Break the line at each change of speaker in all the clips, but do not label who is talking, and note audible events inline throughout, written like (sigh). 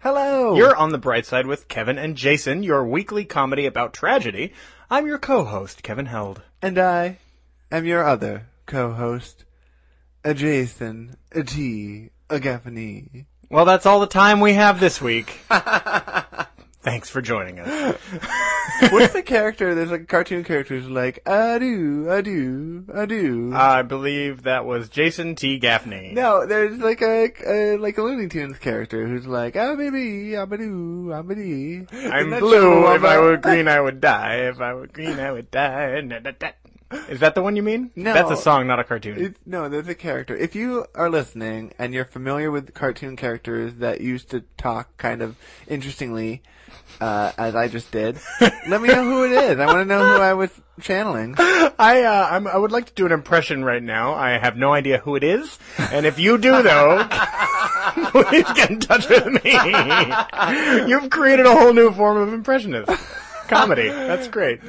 Hello.
You're on the bright side with Kevin and Jason, your weekly comedy about tragedy. I'm your co-host, Kevin Held.
and I am your other co-host, a Jason, a T, a Gaffney.
Well, that's all the time we have this week.
(laughs)
Thanks for joining us.
What's the character? There's like cartoon characters like I do, I do, I do.
I believe that was Jason T. Gaffney.
no, there's like a, a like a Looney Tunes character who's like I'm a bee, I'm a doo, I'm a dee.
I'm blue. If I
(laughs)
were green, I would die. If I were green, I would die. Na, da, da. Is that the one you mean?
No.
That's a song, not a cartoon.
It's, no, there's a character. If you are listening and you're familiar with cartoon characters that used to talk kind of interestingly, uh, as I
(laughs)
just did, let me know who it is. I want to know who I was channeling.
(laughs) I uh, I'm, I would like to do an impression right now. I have no idea who it is, and if you do (laughs) though, please get in touch with (laughs) me. You've created a whole new form of impressionist comedy. That's great.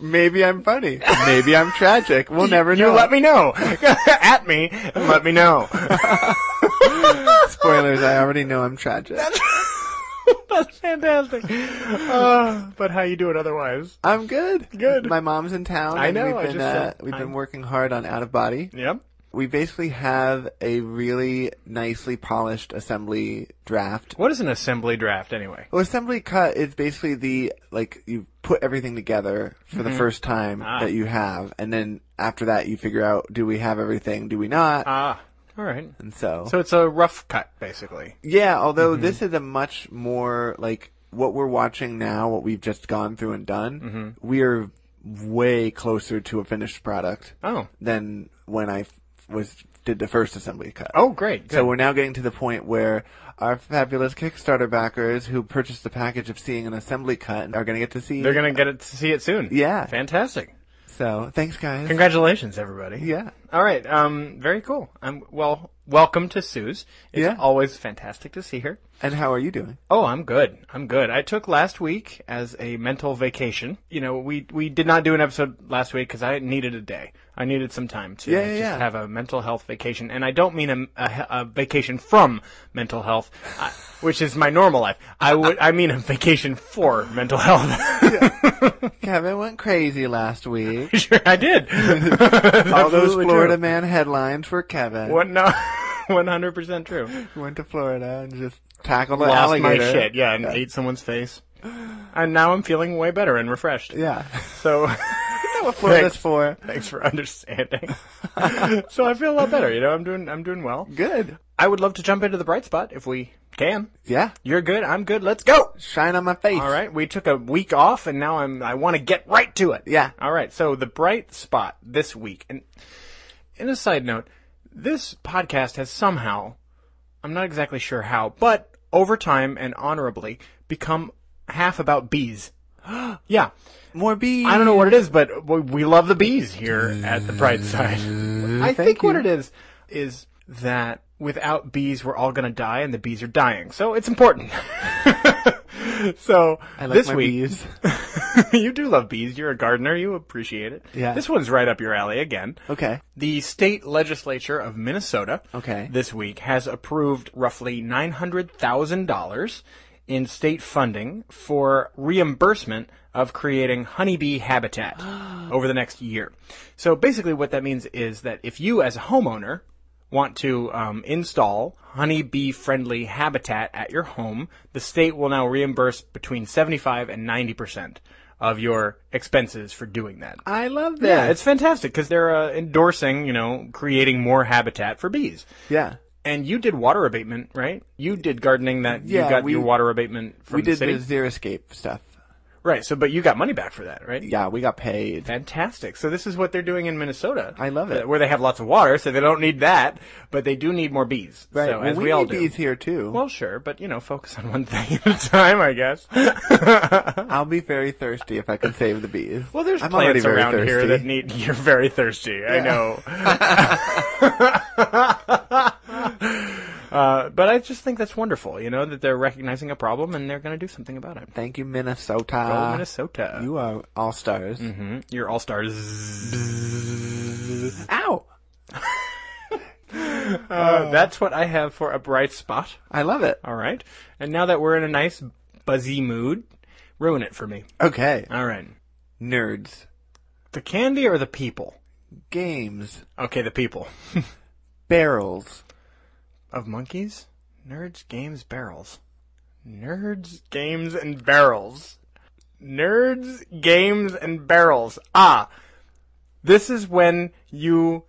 Maybe I'm funny. Maybe I'm tragic. We'll never know.
You let me know (laughs) at me and let me know.
Spoilers, I already know I'm tragic.
(laughs) That's fantastic. Uh, but how you doing otherwise?
(laughs) I'm good.
Good.
My mom's in town.
I
and
know,
We've
I
been,
just
uh,
said-
we've been
I'm-
working hard on Out of Body.
Yep.
We basically have a really nicely polished assembly draft
What is an assembly draft anyway?
Well, assembly cut is basically the like you put everything together for the first time
Ah.
that you have, and then after that you figure out do we have everything, do we not,
Ah, all right.
and so,
So Mm-hmm. it's a rough cut basically.
yeah. Although this is a much more like what we're watching now, what we've just gone through and done,
Mm-hmm.
we are way closer to a finished product
Oh.
than when I f- was did the first assembly cut.
Oh, great. Good.
So we're now getting to the point where our fabulous Kickstarter backers who purchased the package of seeing an assembly cut are going to get to see.
They're gonna get it to see it soon.
Yeah.
Fantastic.
So thanks, guys.
Congratulations, everybody.
Yeah.
All right. Um. Very cool. Um. Well, welcome to Sue's. It's
Yeah.
always fantastic to see her.
And how are you doing?
Oh, I'm good. I'm good. I took last week as a mental vacation. You know, we we did not do an episode last week because I needed a day. I needed some time to
Yeah, yeah,
just
yeah.
have a mental health vacation, and I don't mean a, a, a vacation from mental health, I, which is my normal life. I would. I mean a vacation for mental health. (laughs)
Kevin went crazy last week.
sure, I did.
(laughs) All those
(laughs) Absolutely true.
Florida man headlines for Kevin.
What? No, (laughs) one hundred percent true.
He Went to Florida and just tackled an
Lost my
alligator.
shit, yeah, and ate someone's face. And now I'm feeling way better and refreshed.
Yeah. (laughs)
So, (laughs)
what Florida's
Thanks.
for?
thanks for understanding. (laughs) so I feel a lot better. You know, I'm doing I'm doing well.
Good.
I would love to jump into the bright spot if we can.
Yeah.
You're good. I'm good. Let's go.
Shine on my face.
All right, we took a week off, and now I'm I want to get right to it.
Yeah.
All right, so the bright spot this week, and in a side note, this podcast has somehow, I'm not exactly sure how, but over time and honorably become half about bees. (gasps) yeah,
More bees.
I don't know what it is, but we- we love the bees here at the bright side.
(laughs)
I think what it is is that without bees, we're all going to die, and the bees are dying. So it's important. (laughs) so
I like
this
my
week,
bees.
(laughs) you do love bees. You're a gardener. You appreciate it.
Yeah.
This one's right up your alley again.
Okay.
The state legislature of Minnesota
Okay.
this week has approved roughly $900,000 in state funding for reimbursement of creating honeybee habitat over the next year. So basically, what that means is that if you, as a homeowner, want to um, install honeybee friendly habitat at your home, the state will now reimburse between 75 and 90% of your expenses for doing that.
I love this.
Yeah, it's fantastic because they're uh, endorsing, you know, creating more habitat for bees.
yeah.
And you did water abatement, right? You did gardening that
Yeah,
you got
we-
your water abatement from
We
the
did
city.
the Xeriscape stuff.
Right. So, but you got money back for that, right?
Yeah, we got paid.
Fantastic. So this is what they're doing in Minnesota. Uh,
I love it.
Where they have lots of water, so they don't need that, but they do need more bees.
Right.
So,
well,
as
we,
we, all
need
do.
these here too.
Well, sure, but you know, focus on (laughs) one thing at a time, I guess.
I'll be very thirsty if I can save the bees.
Well, there's
I'm
plants
already very
around here
thirsty.
that need. (laughs) You're very thirsty. I know. (laughs) uh, but I just think that's wonderful. You know that they're recognizing a problem and they're going to do something about it.
Thank you,
Go
Minnesota.
Minnesota!
Uh, You are all stars.
hmm You're all stars. (laughs)
Ow!
Uh, that's what I have for a bright spot.
I love it.
All right. And now that we're in a nice buzzy mood, ruin it for me.
Okay.
All right.
Nerds.
The candy or the people?
Games.
Okay, the people.
Barrels.
Of monkeys? Nerds, games, barrels. Nerds, games, and barrels. Nerds, games, and barrels. Ah, this is when you.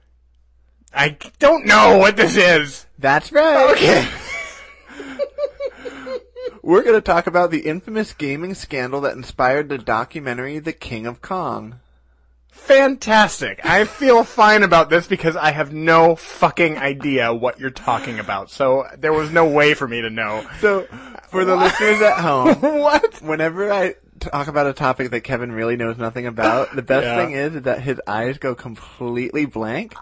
I don't know what this is.
That's right. Okay. (laughs) We're going to talk about the infamous gaming scandal that inspired the documentary The King of Kong.
Fantastic. I feel fine about this because I have no fucking idea what you're talking about. So there was no way for me to know.
So, for the listeners at home,
(laughs) What?
whenever I talk about a topic that Kevin really knows nothing about, the best
Yeah.
thing is that his eyes go completely blank.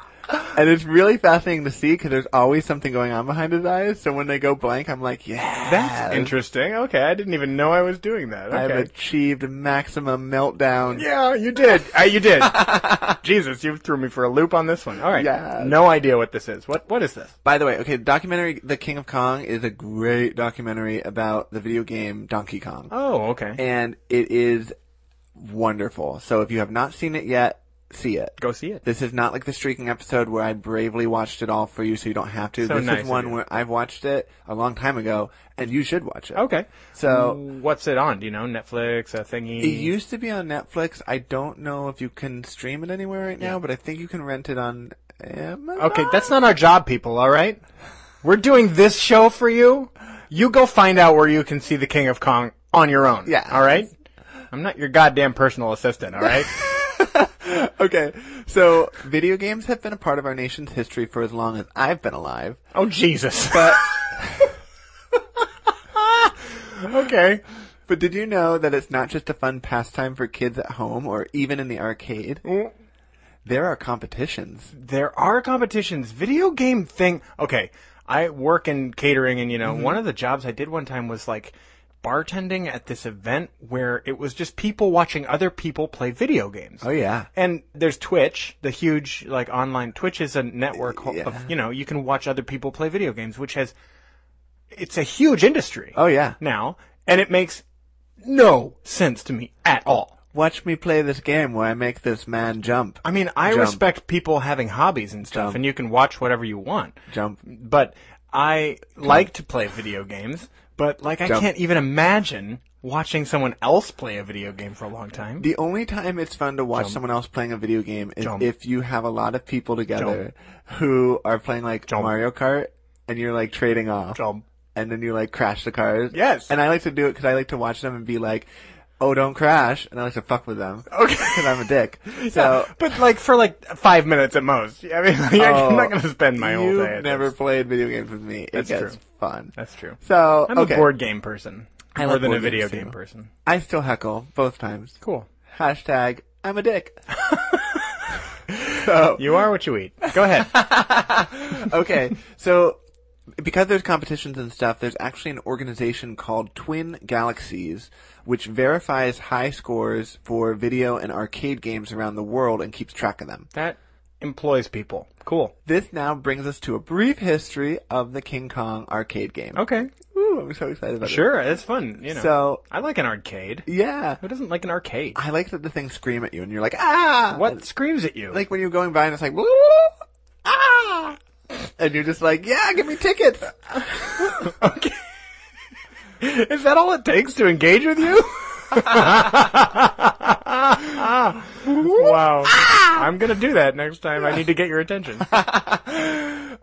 And it's really fascinating to see because there's always something going on behind his eyes. So when they go blank, I'm like, yeah.
That's interesting. Okay, I didn't even know I was doing that. Okay.
I've achieved maximum meltdown.
Yeah, you did. Uh, you did. (laughs) Jesus, you threw me for a loop on this one. All right.
Yeah.
No idea what this is. What What is this?
By the way, okay, the documentary The King of Kong is a great documentary about the video game Donkey Kong.
Oh, okay.
And it is wonderful. So if you have not seen it yet, see it.
Go see it.
This is not like the streaking episode where I bravely watched it all for you so you don't have to.
So
this
nice of
is one
you.
where I've watched it a long time ago and you should watch it.
Okay.
So
What's it on? Do you know? Netflix, a thingy?
it used to be on Netflix. I don't know if you can stream it anywhere right now, but I think you can rent it on Amazon.
okay, that's not our job, people, all right? We're doing this show for you. You go find out where you can see the King of Kong on your own.
Yeah.
All right? I'm not your goddamn personal assistant, all (laughs) right?
okay. So video games have been a part of our nation's history for as long as I've been alive.
oh, Jesus. (laughs)
But
okay.
but did you know that it's not just a fun pastime for kids at home or even in the arcade?
Mm.
There are competitions.
there are competitions. Video game thing. Okay, I work in catering, and you know,
Mm-hmm.
one of the jobs I did one time was like bartending at this event where it was just people watching other people play video games.
Oh, yeah.
And there's Twitch, the huge like online Twitch is a network ho-
Uh, Yeah.
of you know you can watch other people play video games, which has it's a huge industry
Oh yeah.
now, and it makes no sense to me at all.
Watch me play this game where I make this man jump.
I mean, I
Jump.
respect people having hobbies and stuff,
Jump.
and you can watch whatever you want.
jump.
but I like to play video games, but like I
Jump.
can't even imagine watching someone else play a video game for a long time.
The only time it's fun to watch someone else playing a video game is
Jump.
if you have a lot of people together who are playing like
Jump.
Mario Kart and you're like trading off.
Jump.
and then you like crash the cars.
Yes.
And I like to do it because I like to watch them and be like, "Oh, don't crash," and I like to fuck with them.
(laughs) Okay.
Because I'm a
(laughs)
dick. So
So, but like for like five minutes at most. (laughs) I mean, like, I'm
Uh, Oh,
not going to spend my whole
you've
day. at
never
this.
played video games with me.
That's
it
true.
gets fun.
That's true.
So
I'm
okay.
a board game person
I
more
like
than a
board
video
games,
game
too.
person.
I still heckle both times.
Cool.
Hashtag I'm a dick.
You are what you eat. Go
(laughs)
ahead.
okay, so because there's competitions and stuff, there's actually an organization called Twin Galaxies, which verifies high scores for video and arcade games around the world and keeps track of them.
that employs people. Cool.
This now brings us to a brief history of the King Kong arcade game.
Okay.
Ooh, I'm so excited about
Oh. Sure. It's fun. You
it.
know.
So,
I like an arcade.
yeah.
Who doesn't like an arcade?
I like that the things scream at you and you're like, ah!
What screams at you?
Like when you're going by and it's like, ah! And you're just like, yeah, give me tickets!
Okay. (laughs) Is that all it takes to engage with (laughs) you? wow. Ah! I'm going to do that next time. I need to get your attention.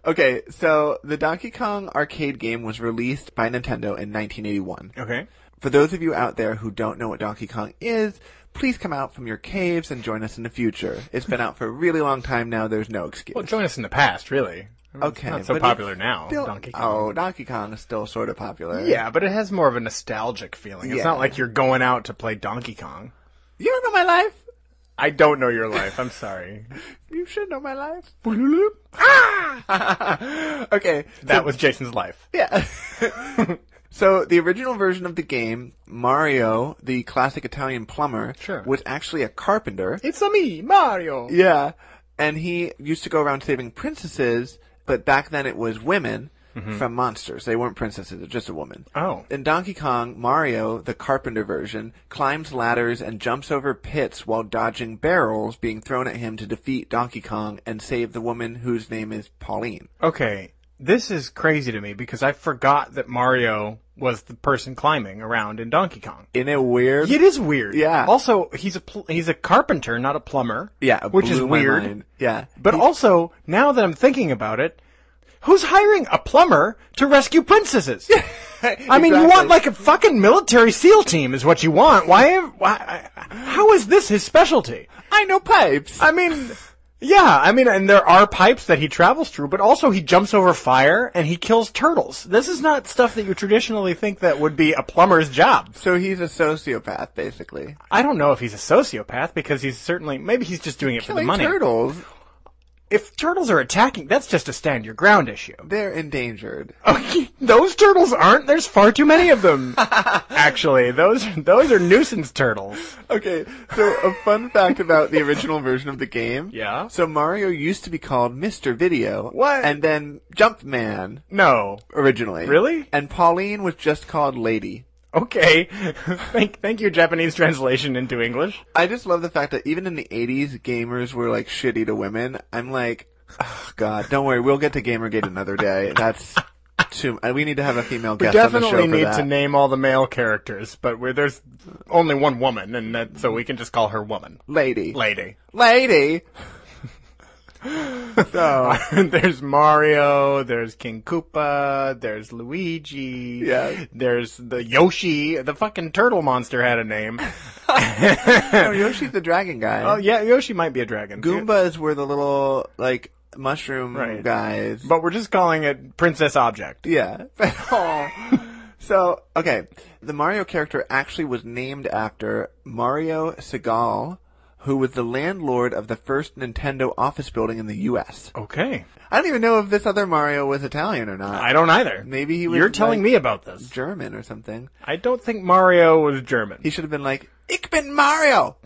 Okay, so the Donkey Kong arcade game was released by Nintendo in 1981.
(laughs) Okay.
For those of you out there who don't know what Donkey Kong is, please come out from your caves and join us in the future. It's been out for a really long time now. There's no excuse.
Well, join us in the past, really. I mean,
Okay,
It's not so
but
popular
it's
now,
still-
Donkey Kong.
Oh, Donkey Kong is still sort of popular.
Yeah, but it has more of a nostalgic feeling. It's
Yeah.
not like you're going out to play Donkey Kong.
You don't know my life.
I don't know your life. I'm (laughs) sorry.
You should know my life. (laughs)
ah!
okay.
That was Jason's life.
Yeah. (laughs) so the original version of the game, Mario, the classic Italian plumber,
Sure.
was actually a carpenter.
It's a me, Mario.
Yeah. And he used to go around saving princesses, but back then it was women
Mm-hmm.
from monsters. They weren't princesses, it was just a woman.
Oh.
In Donkey Kong, Mario, the carpenter version, climbs ladders and jumps over pits while dodging barrels being thrown at him to defeat Donkey Kong and save the woman whose name is Pauline.
Okay, this is crazy to me because I forgot that Mario was the person climbing around in Donkey Kong.
In a weird
It is weird.
Yeah.
Also, he's a pl- he's a carpenter, not a plumber.
Yeah, it
which is
blew my
weird.
mind.
(laughs)
Yeah.
But also, now that I'm thinking about it, who's hiring a plumber to rescue princesses?
(laughs)
I mean, you want
Exactly.
like a fucking military SEAL team is what you want. Why? why how is this his specialty?
I know pipes.
I mean, yeah, I mean, and there are pipes that he travels through, but also he jumps over fire and he kills turtles. This is not stuff that you traditionally think that would be a plumber's job.
so he's a sociopath, basically.
I don't know if he's a sociopath because he's certainly maybe he's just doing it for the
Killing
money.
turtles,
If turtles are attacking, that's just a stand your ground issue. (laughs)
they're endangered.
Okay, those turtles aren't. There's far too many of
(laughs)
them. Actually, those those are nuisance turtles.
Okay, so a fun fact about the original version of the game.
(laughs) Yeah?
So Mario used to be called Mr. Video.
What?
And then Jumpman
No.
originally.
Really?
And Pauline was just called Lady.
Okay. (laughs) thank thank you Japanese translation into English.
I just love the fact that even in the 80s, gamers were like shitty to women. I'm like, oh, God, don't worry, we'll get to Gamergate another day. That's too. uh, We need to have a female
We
guest on the show
definitely
for
need
that.
to name all the male characters, but we're, there's only one woman, and that, so we can just call her woman,
Lady.
lady. (laughs)
Lady. so
there's Mario, there's King Koopa, there's Luigi,
Yeah.
there's the Yoshi. The fucking turtle monster had a name.
no, Yoshi's the dragon guy.
Oh yeah, Yoshi might be a dragon.
Goombas were the little like mushroom
Right.
guys.
But we're just calling it Princess Object.
yeah. (laughs) Aw. so okay, the Mario character actually was named after Mario Segal, who was the landlord of the first Nintendo office building in the U.S.
Okay.
I don't even know if this other Mario was Italian or not.
I don't either.
Maybe he was.
You're telling me about this.
German or something.
I don't think Mario was German.
He should have been like, "Ich bin Mario."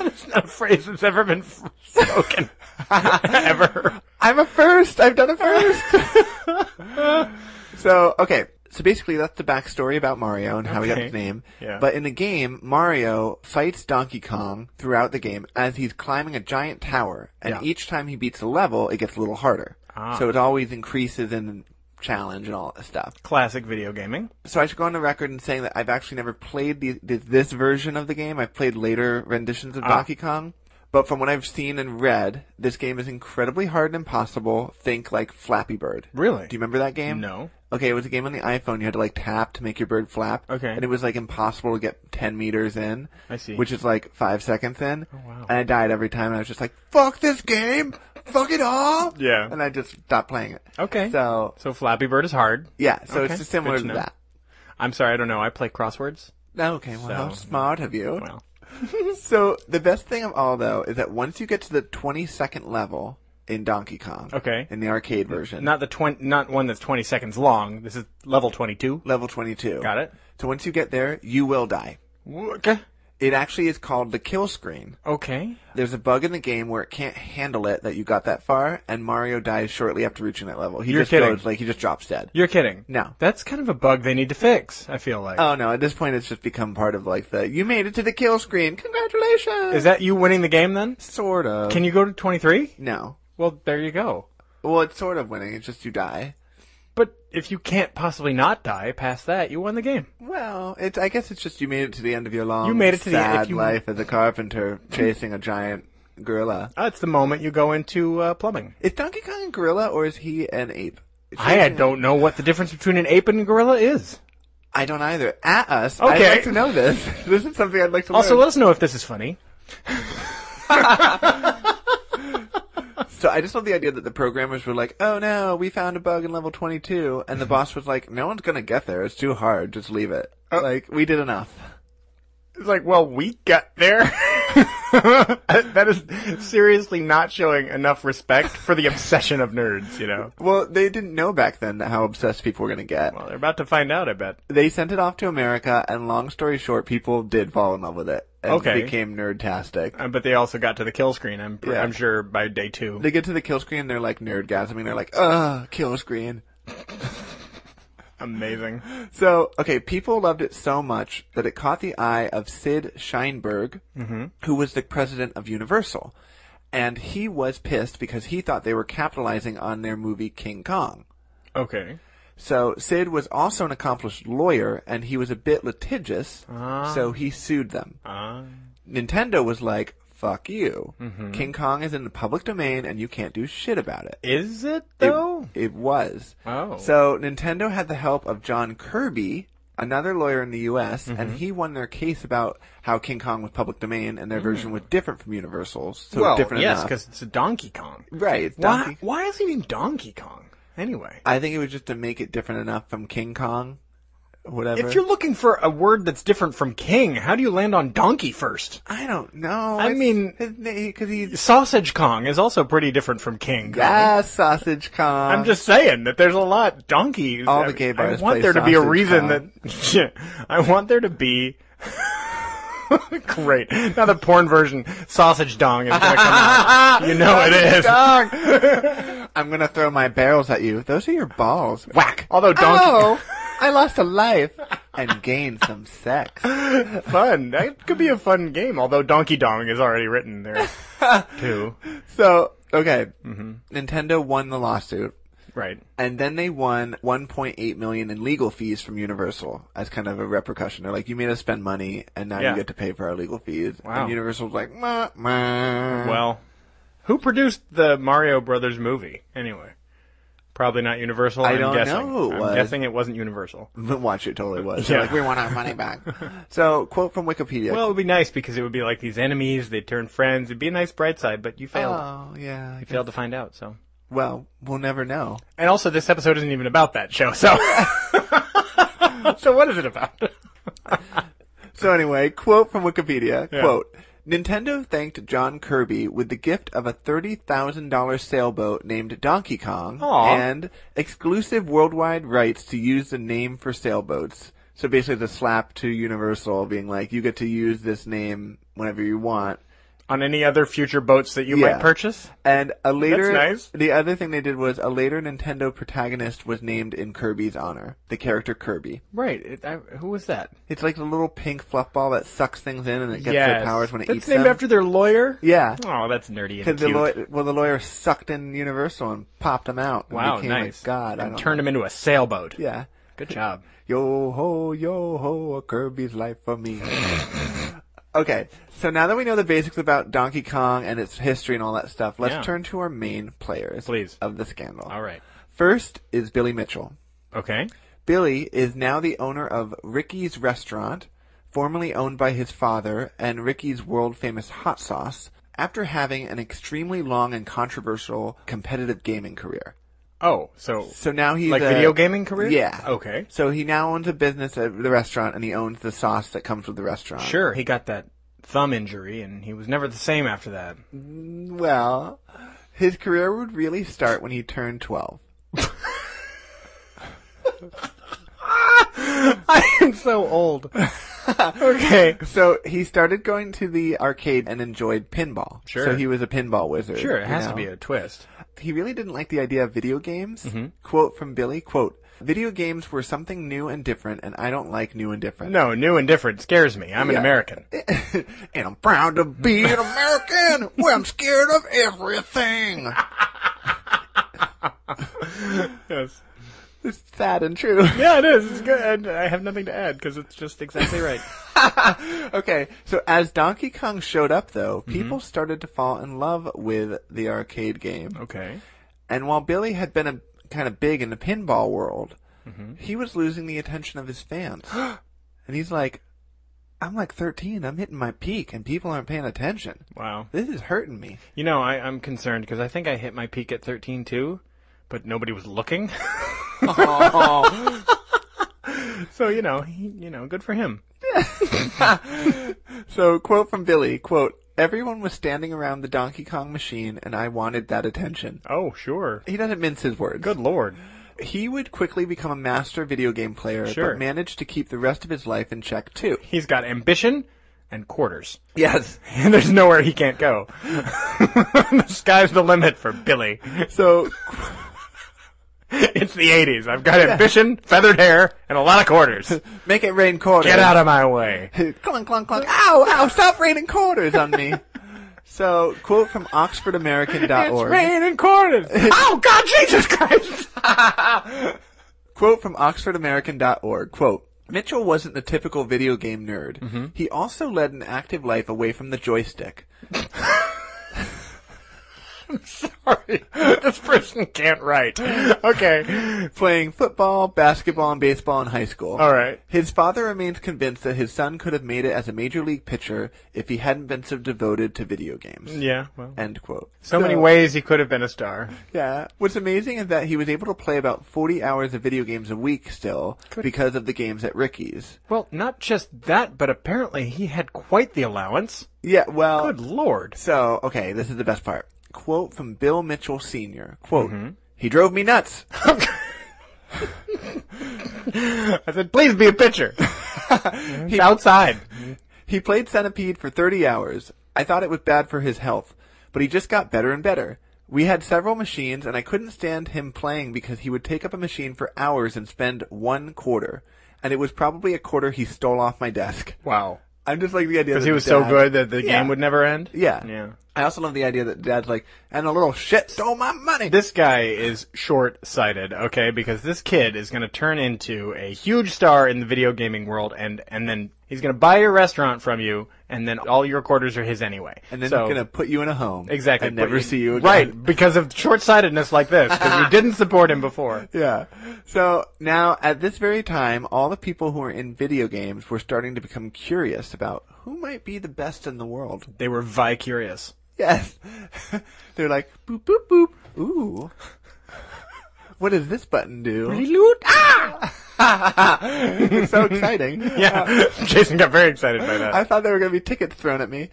It's not a phrase that's ever been (laughs) f-
(laughs)
spoken. (laughs) ever.
I'm a first. I've done a first.
(laughs)
so okay. So basically, that's the backstory about Mario and how he got
Okay.
his name.
Yeah.
But in the game, Mario fights Donkey Kong throughout the game as he's climbing a giant tower, and
Yeah.
each time he beats a level, it gets a little harder.
Ah.
So it always increases in challenge and all that stuff.
Classic video gaming.
So I should go on the record and saying that I've actually never played the, the, this version of the game. I've played later renditions of
Ah.
Donkey Kong. But from what I've seen and read, this game is incredibly hard and impossible. Think like Flappy Bird.
Really?
Do you remember that game?
No.
Okay, it was a game on the iPhone. You had to like tap to make your bird flap.
Okay.
And it was like impossible to get 10 meters in.
I see.
Which is like five seconds in. Oh,
wow.
And I died every time. I was just like, fuck this game! Fuck it all!
Yeah.
And I just stopped playing it.
Okay.
So,
So Flappy Bird is hard.
yeah, so
Okay.
it's just similar
Good to
to,
know.
that.
I'm sorry, I don't know. I play crosswords.
Okay, well, how
So-
smart of you.
Well,
So, the best thing of all, though, is that once you get to the 22nd level in Donkey Kong,
Okay.
in the arcade version,
not the twen- not one that's 20 seconds long. This is level 22.
level 22.
Got it.
So, once you get there, you will die.
Okay.
It actually is called the kill screen.
Okay.
There's a bug in the game where it can't handle it that you got that far, and Mario dies shortly after reaching that level. He
You're
just
kidding.
goes, like, he just drops dead.
You're kidding.
No.
That's kind of a bug they need to fix, I feel like.
Oh no, at this point it's just become part of like the, you made it to the kill screen, congratulations!
is that you winning the game then?
sort of?
Can you go to 23?
No.
Well, there you go.
Well, it's sort of winning, it's just you die.
But if you can't possibly not die past that, you won the game.
Well, it's, I guess it's just you made it to the end of your long,
You made it to the- e-,
sad
if you-
life as a carpenter chasing a giant gorilla.
That's the moment you go into uh, plumbing.
Is Donkey Kong a gorilla or is he an ape?
I don't know what the difference between an ape and a gorilla is.
I don't either. At us.
Okay.
I'd like to know this. (laughs) This is something I'd like to
Also,
learn.
let us know if this is funny.
So I just love the idea that the programmers were like, "Oh no, we found a bug in level 22,"
(laughs)
and the boss was like, "No one's gonna get there. It's too hard. Just leave it.
Oh.
like we did enough."
It's like, well, we got (laughs) there. that is seriously not showing enough respect for the obsession of nerds, you know.
Well, they didn't know back then that how obsessed people were gonna get.
Well, they're about to find out, I bet.
They sent it off to America, and long story short, people did fall in love with it and
Okay.
became nerdtastic.
Uh, but they also got to the kill screen, I'm,
Yeah.
I'm sure, by day two.
They get to the kill screen, they're like nerdgasming. They're like, "Ugh, kill screen."
(gasps) Amazing.
So, okay, people loved it so much that it caught the eye of Sid Sheinberg,
Mm-hmm.
who was the president of Universal. And he was pissed because he thought they were capitalizing on their movie King Kong.
Okay.
So, Sid was also an accomplished lawyer, and he was a bit litigious,
Ah.
so he sued them.
Uh,
Nintendo was like, fuck you.
Mm-hmm.
King Kong is in the public domain, and you can't do shit about it.
is it,
It-
though?
It, was.
Oh.
So Nintendo had the help of John Kirby, another lawyer in the U.S., and
Mm-hmm.
he won their case about how King Kong was public domain and their version was different from Universal's. So
Mm-hmm. well,
different
yes,
enough.
because it's a Donkey Kong.
right. It's
Why,
Donkey-
why is he named Donkey Kong? Anyway.
I think it was just to make it different enough from King Kong, whatever.
If you're looking for a word that's different from king, how do you land on donkey first?
I don't know.
I mean-
because he's
Sausage Kong is also pretty different from king. Kong.
yeah, sausage Kong.
I'm just saying that there's a lot donkeys.
All
I-
the gay
I
bars
want
play
there to be a
Sausage
reason
Kong.
that. (laughs) I want there to be. (laughs) Great. Now the porn version, Sausage Dong, is going to come out. You know it is.
Dog. (laughs) I'm gonna throw my barrels at you. Those are your balls. Whack.
Although donkey-
Ow! Oh, I lost a life and gained some
(laughs)
sex.
Fun. That could be a fun game, although Donkey Dong is already written
(laughs)
there, too.
So okay,
Mm-hmm.
Nintendo won the lawsuit,
Right.
and then they won 1.8 million in legal fees from Universal as kind of a repercussion. They're like, "You made us spend money, and now
Yeah.
you get to pay for our legal fees."
Wow.
And Universal's like, "Meh, meh."
Well, who produced the Mario Brothers movie anyway? Probably not Universal.
I
I'm
don't
guessing.
know who it
I'm
was.
guessing it wasn't Universal.
(laughs) The watch it totally was.
Yeah.
They're like, "We want our
(laughs)
money back." so quote from Wikipedia.
Well, it would be nice because it would be like these enemies. They turn friends. It'd be a nice bright side, but you failed.
oh yeah. I
You failed to find out. So.
Well, we'll never know.
And also, this episode isn't even about that show. So. (laughs) so what is it about?
So anyway, quote from Wikipedia,
Yeah.
quote, Nintendo thanked John Kirby with the gift of a $30,000 sailboat named Donkey Kong
Aw.
and exclusive worldwide rights to use the name for sailboats. So basically the slap to Universal being like, you get to use this name whenever you want.
On any other future boats that you
Yeah.
might purchase?
And a later,
nice.
the other thing they did was a later Nintendo protagonist was named in Kirby's honor, the character Kirby.
Right. It, I, who was that?
It's like the little pink fluff ball that sucks things in and it gets
yes.
their powers when it
That's
eats
named
them.
after their lawyer.
yeah.
Oh, that's nerdy and
Because the
cute.
lawyer, well, the lawyer sucked in Universal and popped him out. And
wow,
became
nice.
A god, I
and
don't
turned him into a sailboat.
know. Yeah.
Good job.
Yo ho, yo ho, a Kirby's life
(laughs)
for me. okay, so now that we know the basics about Donkey Kong and its history and all that stuff, let's
Yeah.
turn to our main players
Please.
of the scandal.
All right.
First is Billy Mitchell.
Okay.
Billy is now the owner of Ricky's Restaurant, formerly owned by his father, and Ricky's world famous hot sauce, after having an extremely long and controversial competitive gaming career.
Oh, so
So now he's
like
a-
video gaming career?
Yeah.
Okay.
So he now owns a business at the restaurant, and he owns the sauce that comes with the restaurant.
Sure, he got that thumb injury, and he was never the same after
(laughs)
that.
Well, his career would really start when he turned twelve.
I am so old. (laughs) okay.
So he started going to the arcade and enjoyed pinball.
Sure.
So he was a pinball wizard.
Sure, it
you
has to
know?
be a twist.
he really didn't like the idea of video games. Quote from Billy, quote, Video games were something new and different, and I don't like new and different.
No, new and different scares me. I'm an
Yeah.
American.
(laughs) and I'm proud to be an (laughs) American where I'm scared of everything.
Yes.
(laughs) It's sad and true.
Yeah, it is. It's good. I have nothing to add because it's just exactly right.
(laughs) okay, so as Donkey Kong showed up, though, people started to fall in love with the arcade game.
(laughs) okay.
And while Billy had been a, kind of big in the pinball world,
Mm-hmm.
he was losing the attention of
(gasps)
his fans. and he's like, I'm like 13, I'm hitting my peak, and people aren't paying attention.
Wow.
This is hurting me.
You know, I, I'm concerned because I think I hit my peak at 13 too, but nobody was looking. (laughs) so you know, he, you know, good for him.
So, quote from Billy, quote, Everyone was standing around the Donkey Kong machine, and I wanted that attention.
Oh, sure.
He doesn't mince his words.
Good lord.
He would quickly become a master video game player,
Sure.
but managed to keep the rest of his life in check too.
He's got ambition and quarters, (laughs)
Yes.
and there's nowhere he can't go. (laughs) the sky's the limit for Billy. (laughs)
So,
It's the 80s. I've got ambition, feathered hair, and a lot of quarters.
make it rain quarters.
Get out of my way.
clunk, clunk, clunk. Ow, ow, stop raining quarters on me. (laughs) so, quote from OxfordAmerican.org.
raining quarters. oh God, Jesus Christ! (laughs)
Quote from OxfordAmerican.org. Quote, Mitchell wasn't the typical video game nerd.
Mm-hmm.
He also led an active life away from the joystick.
Sorry, (laughs) this person can't write. Okay,
playing football, basketball, and baseball in high school.
All right.
His father remains convinced that his son could have made it as a major league pitcher if he hadn't been so devoted to video games.
yeah. Well,
End quote.
so many ways he could have been a star.
Yeah. What's amazing is that he was able to play about 40 hours of video games a week still because of the games at Ricky's.
Well, not just that, but apparently he had quite the allowance.
Yeah, well.
Good lord.
So, okay, this is the best part. Quote from Bill Mitchell Sr. Quote,
Mm-hmm.
He drove me nuts.
I said, please be a (laughs) pitcher. He's outside.
He played Centipede for 30 hours. I thought it was bad for his health, but he just got better and better. We had several machines, and I couldn't stand him playing because he would take up a machine for hours and spend one quarter. And it was probably a quarter he stole off my desk.
Wow.
I'm just like the idea
Because
that
he
the
was so
dad-
good that the
Yeah.
game would never end.
Yeah.
Yeah.
I also love the idea that dad's like, and a little shit stole my money.
This guy is short sighted, okay? Because this kid is going to turn into a huge star in the video gaming world, and, and then he's going to buy your restaurant from you, and then all your quarters are his anyway.
and then
so,
he's gonna put you in a home.
exactly
And never
but-
see you again.
Right, because of short sightedness like this, because (laughs) we didn't support him before.
Yeah. So now, at this very time, all the people who were in video games were starting to become curious about who might be the best in the world.
They were vi curious.
Yes. (laughs) They're like, boop, boop, boop. Ooh. What does this button do? it's (laughs) so exciting.
(laughs) Yeah, Jason got very excited by that.
I thought there were going to be tickets thrown
(laughs)
at me.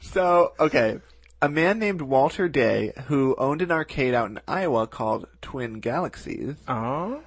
so, okay. A man named Walter Day, who owned an arcade out in Iowa called Twin Galaxies,
Oh.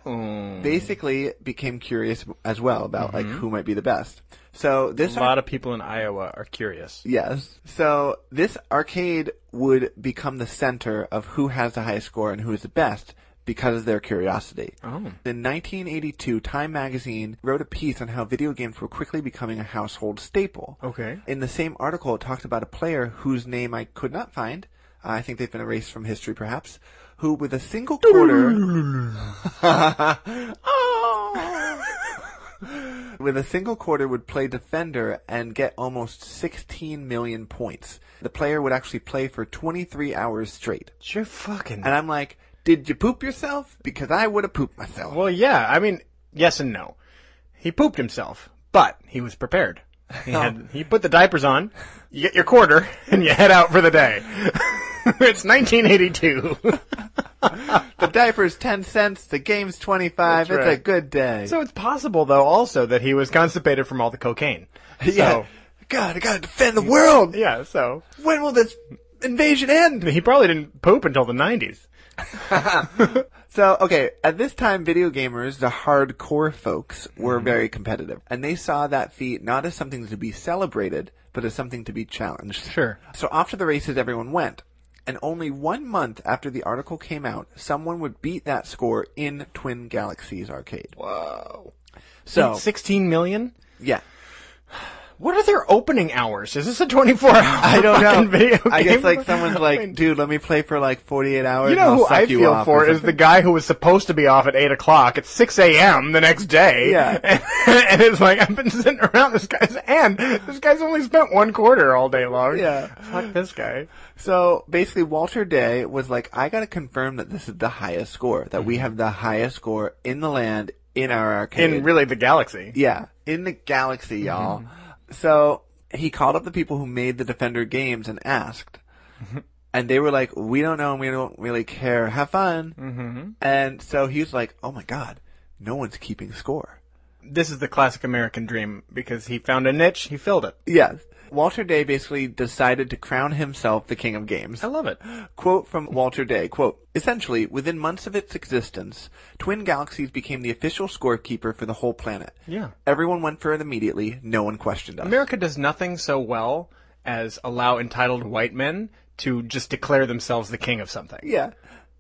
basically became curious as well about like
Mm-hmm.
who might be the best. So this
A lot of people in Iowa are curious.
yes. So this arcade would become the center of who has the highest score and who is the best because of their curiosity.
Oh.
In 1982, Time magazine wrote a piece on how video games were quickly becoming a household staple.
Okay.
In the same article, it talked about a player whose name I could not find. Uh, I think they've been erased from history, perhaps. Who, with a single quarter, (laughs)
Oh.
with a single quarter, would play defender and get almost 16 million points. The player would actually play for 23 hours straight.
(laughs) You're fucking.
And I'm like, "Did you poop yourself? Because I would have pooped myself."
Well, yeah. I mean, yes and no. He pooped himself, but he was prepared. He, (laughs) had, he put the diapers on, you get your quarter, and you head out for the day. (laughs) it's (laughs) 1982.
The diaper's 10 cents. The game's 25.
That's
it's
right.
a good day.
so it's possible, though, also that he was constipated from all the cocaine. So,
(laughs) (laughs) yeah. God, I gotta defend the world.
yeah, so
When will this invasion end?
he probably didn't poop until the 90s.
So, okay, at this time, video gamers, the hardcore folks,
Mm-hmm.
were very competitive. And they saw that feat not as something to be celebrated, but as something to be challenged.
Sure.
So off to the races everyone went. And only one month after the article came out, someone would beat that score in Twin Galaxies Arcade.
Whoa.
So,
16 million?
yeah.
What are their opening hours? Is this (laughs) a 24 hour
I don't know.
fucking video game?
I guess like someone's
(laughs) I mean,
like, dude, let me play for like 48 hours.
You
and
know
I'll
who
suck
I
you
feel
off,"
for
or
is the guy who was supposed to be off at 8 o'clock at 6 a.m. the next day.
Yeah.
(laughs) And, it's like, I've been sitting around this guy's, and this guy's only spent one quarter all day long.
Yeah.
Fuck this guy.
So basically, Walter Day was like, I gotta confirm that this is the highest score, that
Mm-hmm.
we have the highest score in the land in our arcade.
In really the galaxy.
yeah, in the galaxy, y'all.
Mm-hmm.
So he called up the people who made the Defender games and asked.
Mm-hmm.
And they were like, we don't know and we don't really care. Have fun.
Mm-hmm.
And so he was like, oh my god, no one's keeping score.
This is the classic American dream because he found a niche, he filled it.
Yes. Walter Day basically decided to crown himself the king of games.
I love it.
Quote from Walter Day, quote, essentially, within months of its existence, Twin Galaxies became the official scorekeeper for the whole planet.
(gasps) Yeah.
Everyone went for it immediately. No one questioned us.
America does nothing so well as allow entitled white men to just declare themselves the king of something.
Yeah.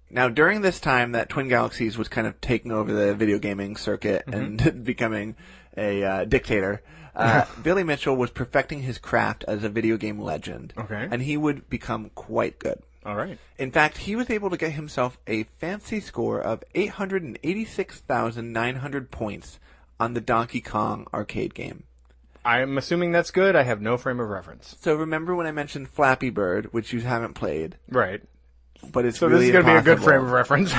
Now, during this time that Twin Galaxies was kind of taking over the video gaming circuit
Mm-hmm.
and (laughs) becoming a uh, dictator,
(laughs)
uh, Billy Mitchell was perfecting his craft as a video game legend.
Okay.
And he would become quite good.
All right.
In fact, he was able to get himself a fancy score of 886,900 points on the Donkey Kong arcade game.
I'm assuming that's good. I have no frame of reference.
So remember when I mentioned Flappy Bird, which you haven't played,
Right.
but it's
So
really
this is going to be a good frame
impossible.
of reference. (laughs)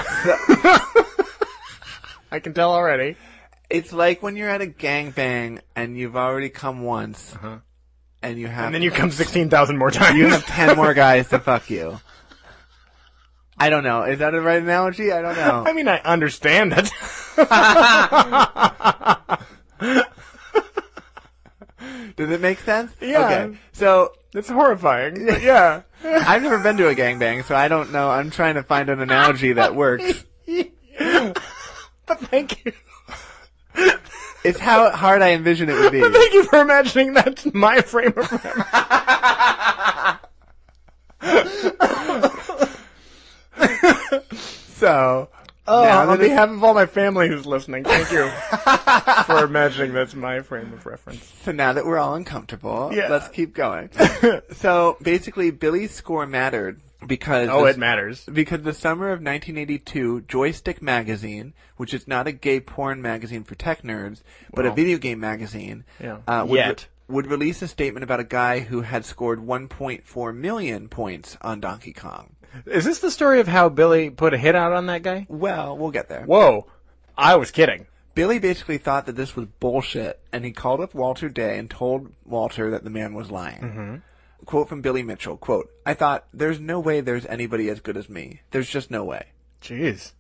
I can tell already.
It's like when you're at a gangbang and you've already come once, and you have
Uh-huh. And then you come 16,000 more times.
you (laughs) have ten more guys to fuck you. I don't know. Is that a right analogy? I don't know.
(laughs) (laughs) I mean, I understand it. (laughs)
Does it make sense?
Yeah.
Okay. So
It's horrifying. but yeah.
I've never been to a gangbang, so I don't know. I'm trying to find an analogy that works.
(laughs) But thank you.
It's how hard I envision it would
(laughs)
be.
Thank you for imagining that's my frame of reference.
So,
Oh,
now that
on
it's-
behalf of all my family who's listening, thank you for imagining that's my frame of reference.
so now that we're all uncomfortable,
Yeah.
let's keep going. so basically, Billy's score mattered because
(laughs) Oh,
the-
it matters.
Because the summer of 1982, Joystick Magazine, which is not a gay porn magazine for tech nerds, but a video game magazine,
Yeah.
uh, would,
Yet.
would release a statement about a guy who had scored 1.4 million points on Donkey Kong.
Is this the story of how Billy put a hit out on that guy?
Well, we'll get there.
Whoa. I was kidding.
Billy basically thought that this was bullshit, and he called up Walter Day and told Walter that the man was lying.
Mm-hmm.
Quote from Billy Mitchell, quote, I thought, there's no way there's anybody as good as me. There's just no way.
Jeez.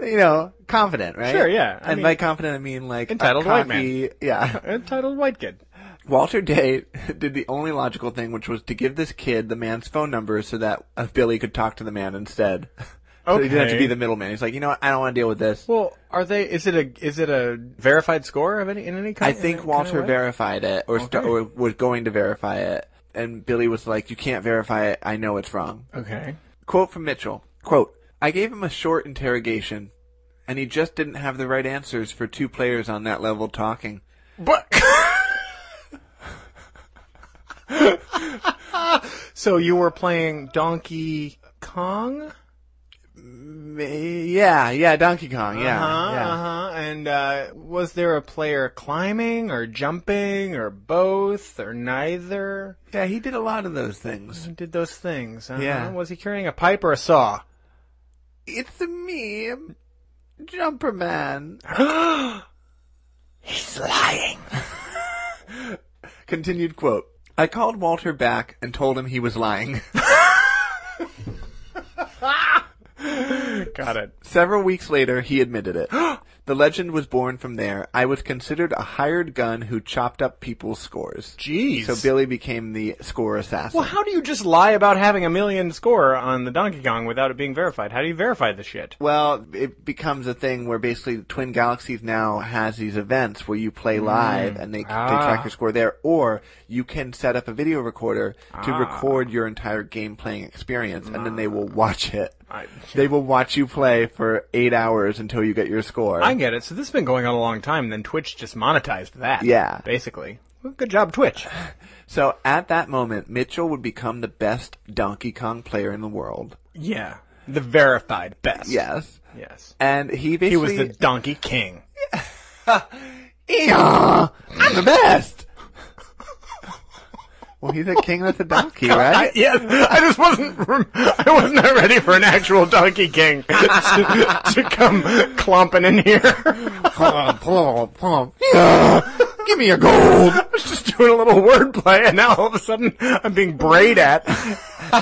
You know, confident, right?
Sure, yeah. I
and
mean-
by confident, I mean like a
Entitled white man.
cocky- (laughs) Yeah.
Entitled White Kid.
Walter Day (laughs) did the only logical thing, which was to give this kid the man's phone number so that uh, Billy could talk to the man instead. (laughs) So he didn't have to
Okay.
be the middleman. He's like, you know what? I don't want to deal with this.
Well, are they? Is it a is it a verified score of any in any
I
kind?
think
in any
Walter
kind of way?
verified it, or, sta-
Okay.
or was going to verify it, and Billy was like, "You can't verify it. I know it's wrong."
Okay.
Quote from Mitchell: "Quote: I gave him a short interrogation, and he just didn't have the right answers for two players on that level talking."
But. (laughs) so you were playing Donkey Kong?
Ma- Yeah, yeah, Donkey Kong. Yeah,
Uh-huh,
yeah.
uh-huh. And uh, was there a player climbing or jumping or both or neither?
yeah. He did a lot of those things.
Did those things? Uh-huh.
Yeah.
Was he carrying a pipe or a saw?
It's me, Jumper Man.
He's lying.
Continued quote. I called Walter back and told him he was lying.
(laughs)
(laughs)
Got it.
Several weeks later, he admitted it.
(gasps)
the legend was born from there. I was considered a hired gun who chopped up people's scores.
Jeez.
So Billy became the score assassin.
Well, how do you just lie about having a million score on the Donkey Kong without it being verified? How do you verify the shit?
Well, it becomes a thing where basically Twin Galaxies now has these events where you play live and they, they
Ah.
track your score there, or you can set up a video recorder to
Ah.
record your entire game playing experience and then they will watch it.
I,
They will watch you play for eight hours until you get your score.
I get it. So this has been going on a long time, and then Twitch just monetized that.
Yeah.
Basically. Well, good job, Twitch.
So at that moment, Mitchell would become the best Donkey Kong player in the world.
Yeah. The verified best.
Yes.
Yes.
And he basically
He was the Donkey King.
Yeah, I'm the best. well, he's a king that's a (laughs) donkey,
I,
right?
yes, I just wasn't. rem- I wasn't (laughs) ready for an actual Donkey King (laughs) to, to come clomping in here.
Plum, plum, plum. Yeah, give me a gold.
I was just doing a little wordplay, and now all of a sudden I'm being brayed at.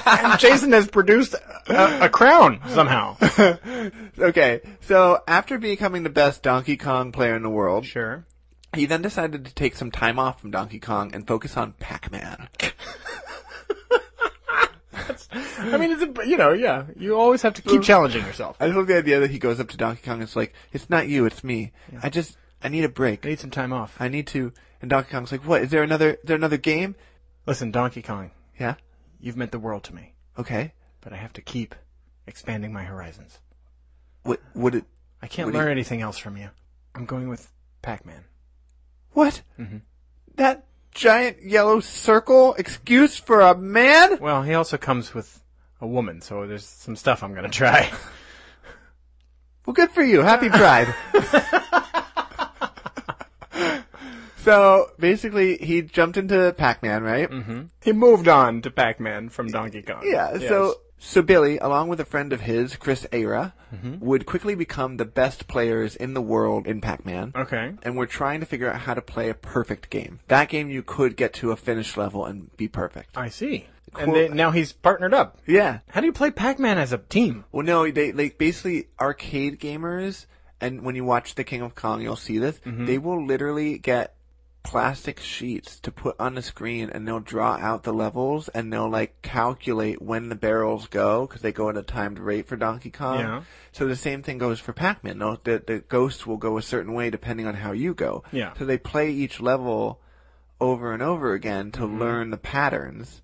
and Jason has produced a, a crown somehow.
Okay, so after becoming the best Donkey Kong player in the world,
Sure.
he then decided to take some time off from Donkey Kong and focus on Pac-Man.
I mean, it's a, you know, yeah. You always have to keep challenging yourself.
I just love the idea that he goes up to Donkey Kong and it's like, it's not you, it's me. I just, I need a break.
I need some time off.
I need to. And Donkey Kong's like, what? Is there another, is there another game?
Listen, Donkey Kong,
Yeah.
you've meant the world to me,
Okay.
but I have to keep expanding my horizons.
What, would it,
I can't
What do you-
learn anything else from you. I'm going with Pac-Man.
What? That giant yellow circle excuse for a man?
Well, he also comes with a woman, so there's some stuff I'm gonna try.
Well, good for you. Happy Pride. so basically, he jumped into Pac-Man, right?
(laughs) He moved on to Pac-Man from Donkey Kong.
Yeah.
Yes.
So so Billy, along with a friend of his, Chris Ara, would quickly become the best players in the world in Pac-Man.
okay,
And we're trying to figure out how to play a perfect game. That game you could get to a finished level and be perfect.
I see.
Cool.
And they, now he's partnered up.
Yeah.
How do you play Pac-Man as a team?
Well, no, they like basically arcade gamers, and when you watch The King of Kong, you'll see this.
Mm-hmm.
They will literally get plastic sheets to put on the screen, and they'll draw out the levels, and they'll like calculate when the barrels go because they go at a timed rate for Donkey Kong.
Yeah.
So the same thing goes for Pac-Man. They'll- The the ghosts will go a certain way depending on how you go.
Yeah.
So they play each level over and over again to learn the patterns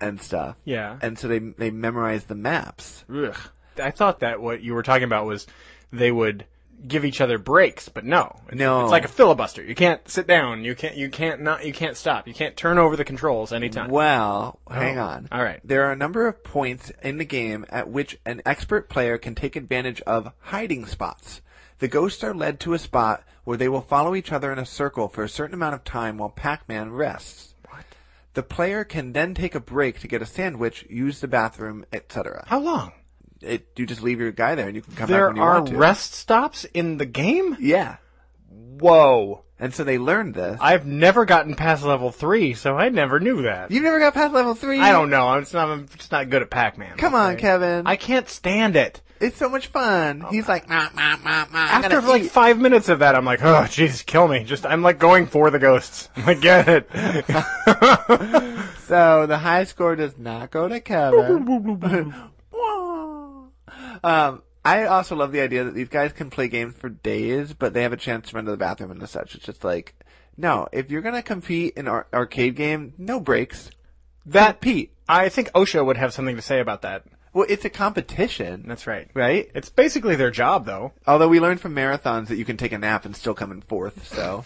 and stuff.
Mm-hmm. Yeah.
And so they they memorize the maps.
Ugh. I thought that what you were talking about was they would give each other breaks, but no, it's,
No.
it's like a filibuster. You can't sit down. You can't. You can't not. You can't stop. You can't turn over the controls anytime.
Well, hang on.
Oh, all right.
There are a number of points in the game at which an expert player can take advantage of hiding spots. The ghosts are led to a spot where they will follow each other in a circle for a certain amount of time while Pac-Man rests. What? The player can then take a break to get a sandwich, use the bathroom, etc.
How long?
It, you just leave your guy there and you can come back
There
when you
are
want to.
rest stops in the game.
yeah.
Whoa!
And so they learned this.
I've never gotten past level three, so I never knew that.
You've never got past level three.
I don't know. I'm just not. I'm just not good at Pac-Man.
Come on,
okay?
Kevin.
I can't stand it.
it's so much fun. He's like, "Mah, mah, mah, mah, I'm
After
gonna
like
eat."
five minutes of that, I'm like, oh, jeez, kill me. Just I'm like going for the ghosts. (laughs) I get
(laughs)
it.
So the high score does not go
(laughs)
to Kevin. um, I also love the idea that these guys can play games for days, but they have a chance to run to the bathroom and such. It's just like, no, if you're gonna compete in our arcade game, no breaks.
that
Pete.
I think OSHA would have something to say about that.
Well, it's a competition,
That's right.
right?
It's basically their job, though.
Although we learned from marathons that you can take a nap and still come in fourth, so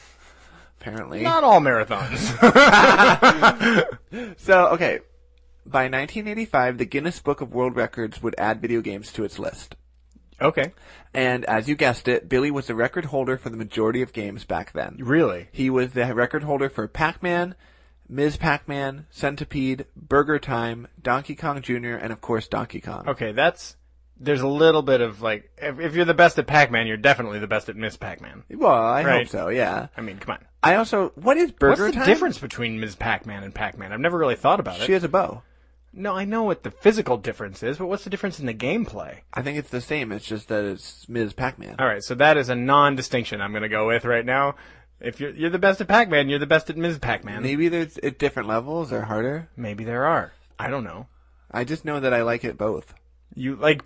apparently.
Not all marathons. (laughs)
So, okay. By 1985, the Guinness Book of World Records would add video games to its list.
okay.
And as you guessed it, Billy was the record holder for the majority of games back then.
Really?
He was the record holder for Pac-Man, Ms. Pac-Man, Centipede, Burger Time, Donkey Kong Jr., and of course Donkey Kong.
Okay, that's. There's a little bit of like, if, if you're the best at Pac-Man, you're definitely the best at Miss Pac-Man.
Well, I hope
Right.
so, yeah.
I mean, come on.
I also, what is Burger
What's the
Time?
difference between Ms. Pac-Man and Pac-Man? I've never really thought about it.
She has a bow.
No, I know what the physical difference is, but what's the difference in the gameplay?
I think it's the same, it's just that it's Ms. Pac-Man.
All right, so that is a non-distinction I'm going to go with right now. If you're you're the best at Pac-Man, you're the best at Ms. Pac-Man.
Maybe there's at different levels or harder.
Maybe there are. I don't know.
I just know that I like it both.
You like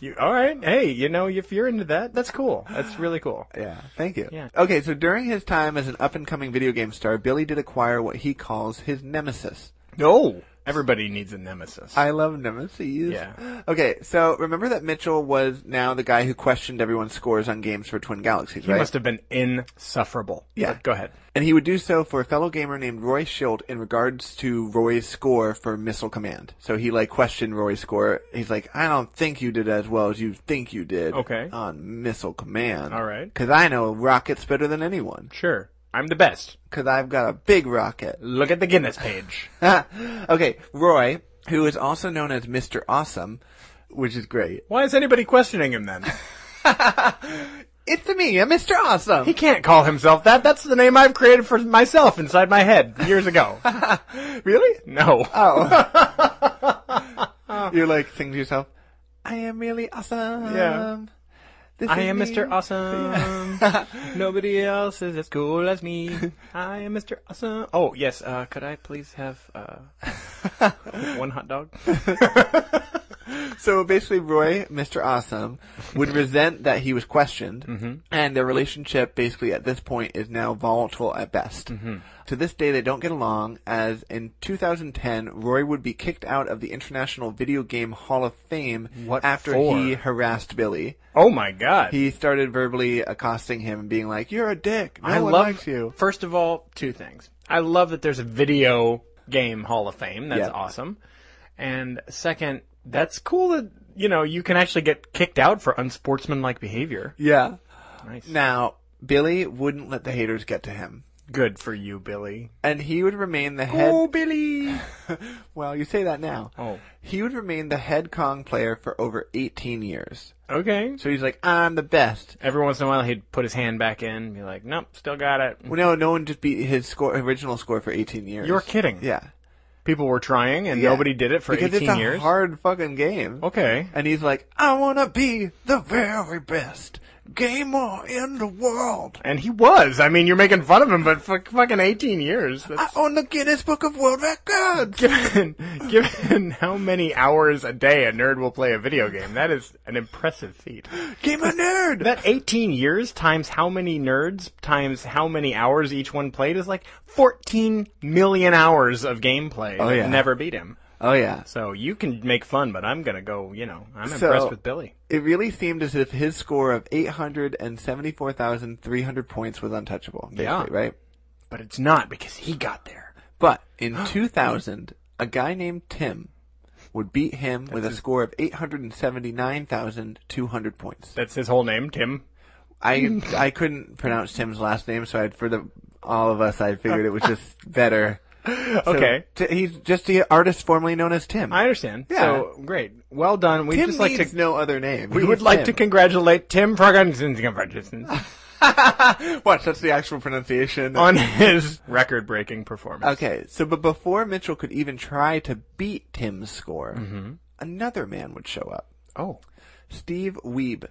you all right? Hey, you know if you're into that, that's cool. That's really cool.
Yeah, thank you.
Yeah.
Okay, so during his time as an up-and-coming video game star, Billy did acquire what he calls his nemesis.
No. Everybody needs a nemesis.
I love Nemesis.
Yeah.
Okay, so remember that Mitchell was now the guy who questioned everyone's scores on games for Twin Galaxies,
he
right?
must have been insufferable.
Yeah.
But go ahead.
and he would do so for a fellow gamer named Roy Schilt in regards to Roy's score for Missile Command. So he like questioned Roy's score. He's like, I don't think you did as well as you think you did.
Okay.
On Missile Command.
All right.
Cause I know rockets better than anyone.
Sure. I'm the best.
Cause I've got a big rocket. (laughs)
Look at the Guinness page.
okay, Roy, who is also known as Mr. Awesome, which is great.
(laughs) Why is anybody questioning him then?
It's me, I'm Mr. Awesome.
He can't call himself that. That's the name I've created for myself inside my head years (laughs) ago.
really?
No.
Oh. You're like thinking to yourself, I am really awesome.
Yeah. (laughs)
This
I
is
am
me."
Mr. Awesome. (laughs) Nobody else is as cool as (laughs) me. I am Mr. Awesome. Oh, yes. Uh, could I please have uh, (laughs) one hot dog?
So basically, Roy, Mr. Awesome, would resent that he was questioned,
Mm-hmm.
and their relationship basically at this point is now volatile at best.
Mm-hmm.
To this day, they don't get along, as in 2010, Roy would be kicked out of the International Video Game Hall of Fame
What
after
for?
he harassed Billy.
Oh, my God.
He started verbally accosting him and being like, You're a dick. No
I
one
love,
likes you.
First of all, two things. I love that there's a video game Hall of Fame. That's
Yeah.
awesome. And second, that's cool that, you know, you can actually get kicked out for unsportsmanlike behavior.
Yeah.
Nice.
Now, Billy wouldn't let the haters get to him.
Good for you, Billy.
And he would remain the
Oh, (laughs)
head.
Billy.
Well, you say that now.
Oh.
He would remain the head Kong player for over 18 years.
Okay.
So he's like, I'm the best.
Every once in a while, he'd put his hand back in and be like, nope, still got it.
Well, no, no one just beat his score, original score for 18 years.
You're kidding.
Yeah.
People were trying and
Yeah.
nobody did it for
because
18
it's a
years. Oh.
hard fucking game.
okay.
And he's like, I want to be the very best gamer in the world.
And he was. I mean, you're making fun of him, but fuck, fucking 18 years. That's...
I own the Guinness Book of World Records.
given (laughs) given how many hours a day a nerd will play a video game, that is an impressive feat.
(laughs) Game a nerd.
(laughs) That 18 years times how many nerds times how many hours each one played is like 14 million hours of gameplay.
Oh,
that
yeah.
Never beat him.
oh, yeah.
So you can make fun, but I'm gonna go, you know, I'm
So-
impressed with Billy.
It really seemed as if his score of 874,300 points was untouchable, basically,
Yeah.
right?
But it's not because he got there.
But
(gasps)
in 2000, a guy named Tim would beat him with a score of 879,200 points.
That's his whole name, Tim. (laughs)
I I couldn't pronounce Tim's last name, so I'd, for the all of us, I figured
(laughs)
it was just better. So
Okay.
t- he's just the artist formerly known as Tim.
I understand.
Yeah.
So great. Well done. We'd
Tim
just like
needs
to
no other name.
we would like to congratulate Tim
(laughs)
Ferguson
to. (laughs) Watch, that's the actual pronunciation.
on his record-breaking performance.
Okay, so but before Mitchell could even try to beat Tim's score, another man would show up.
Oh.
Steve Weeb.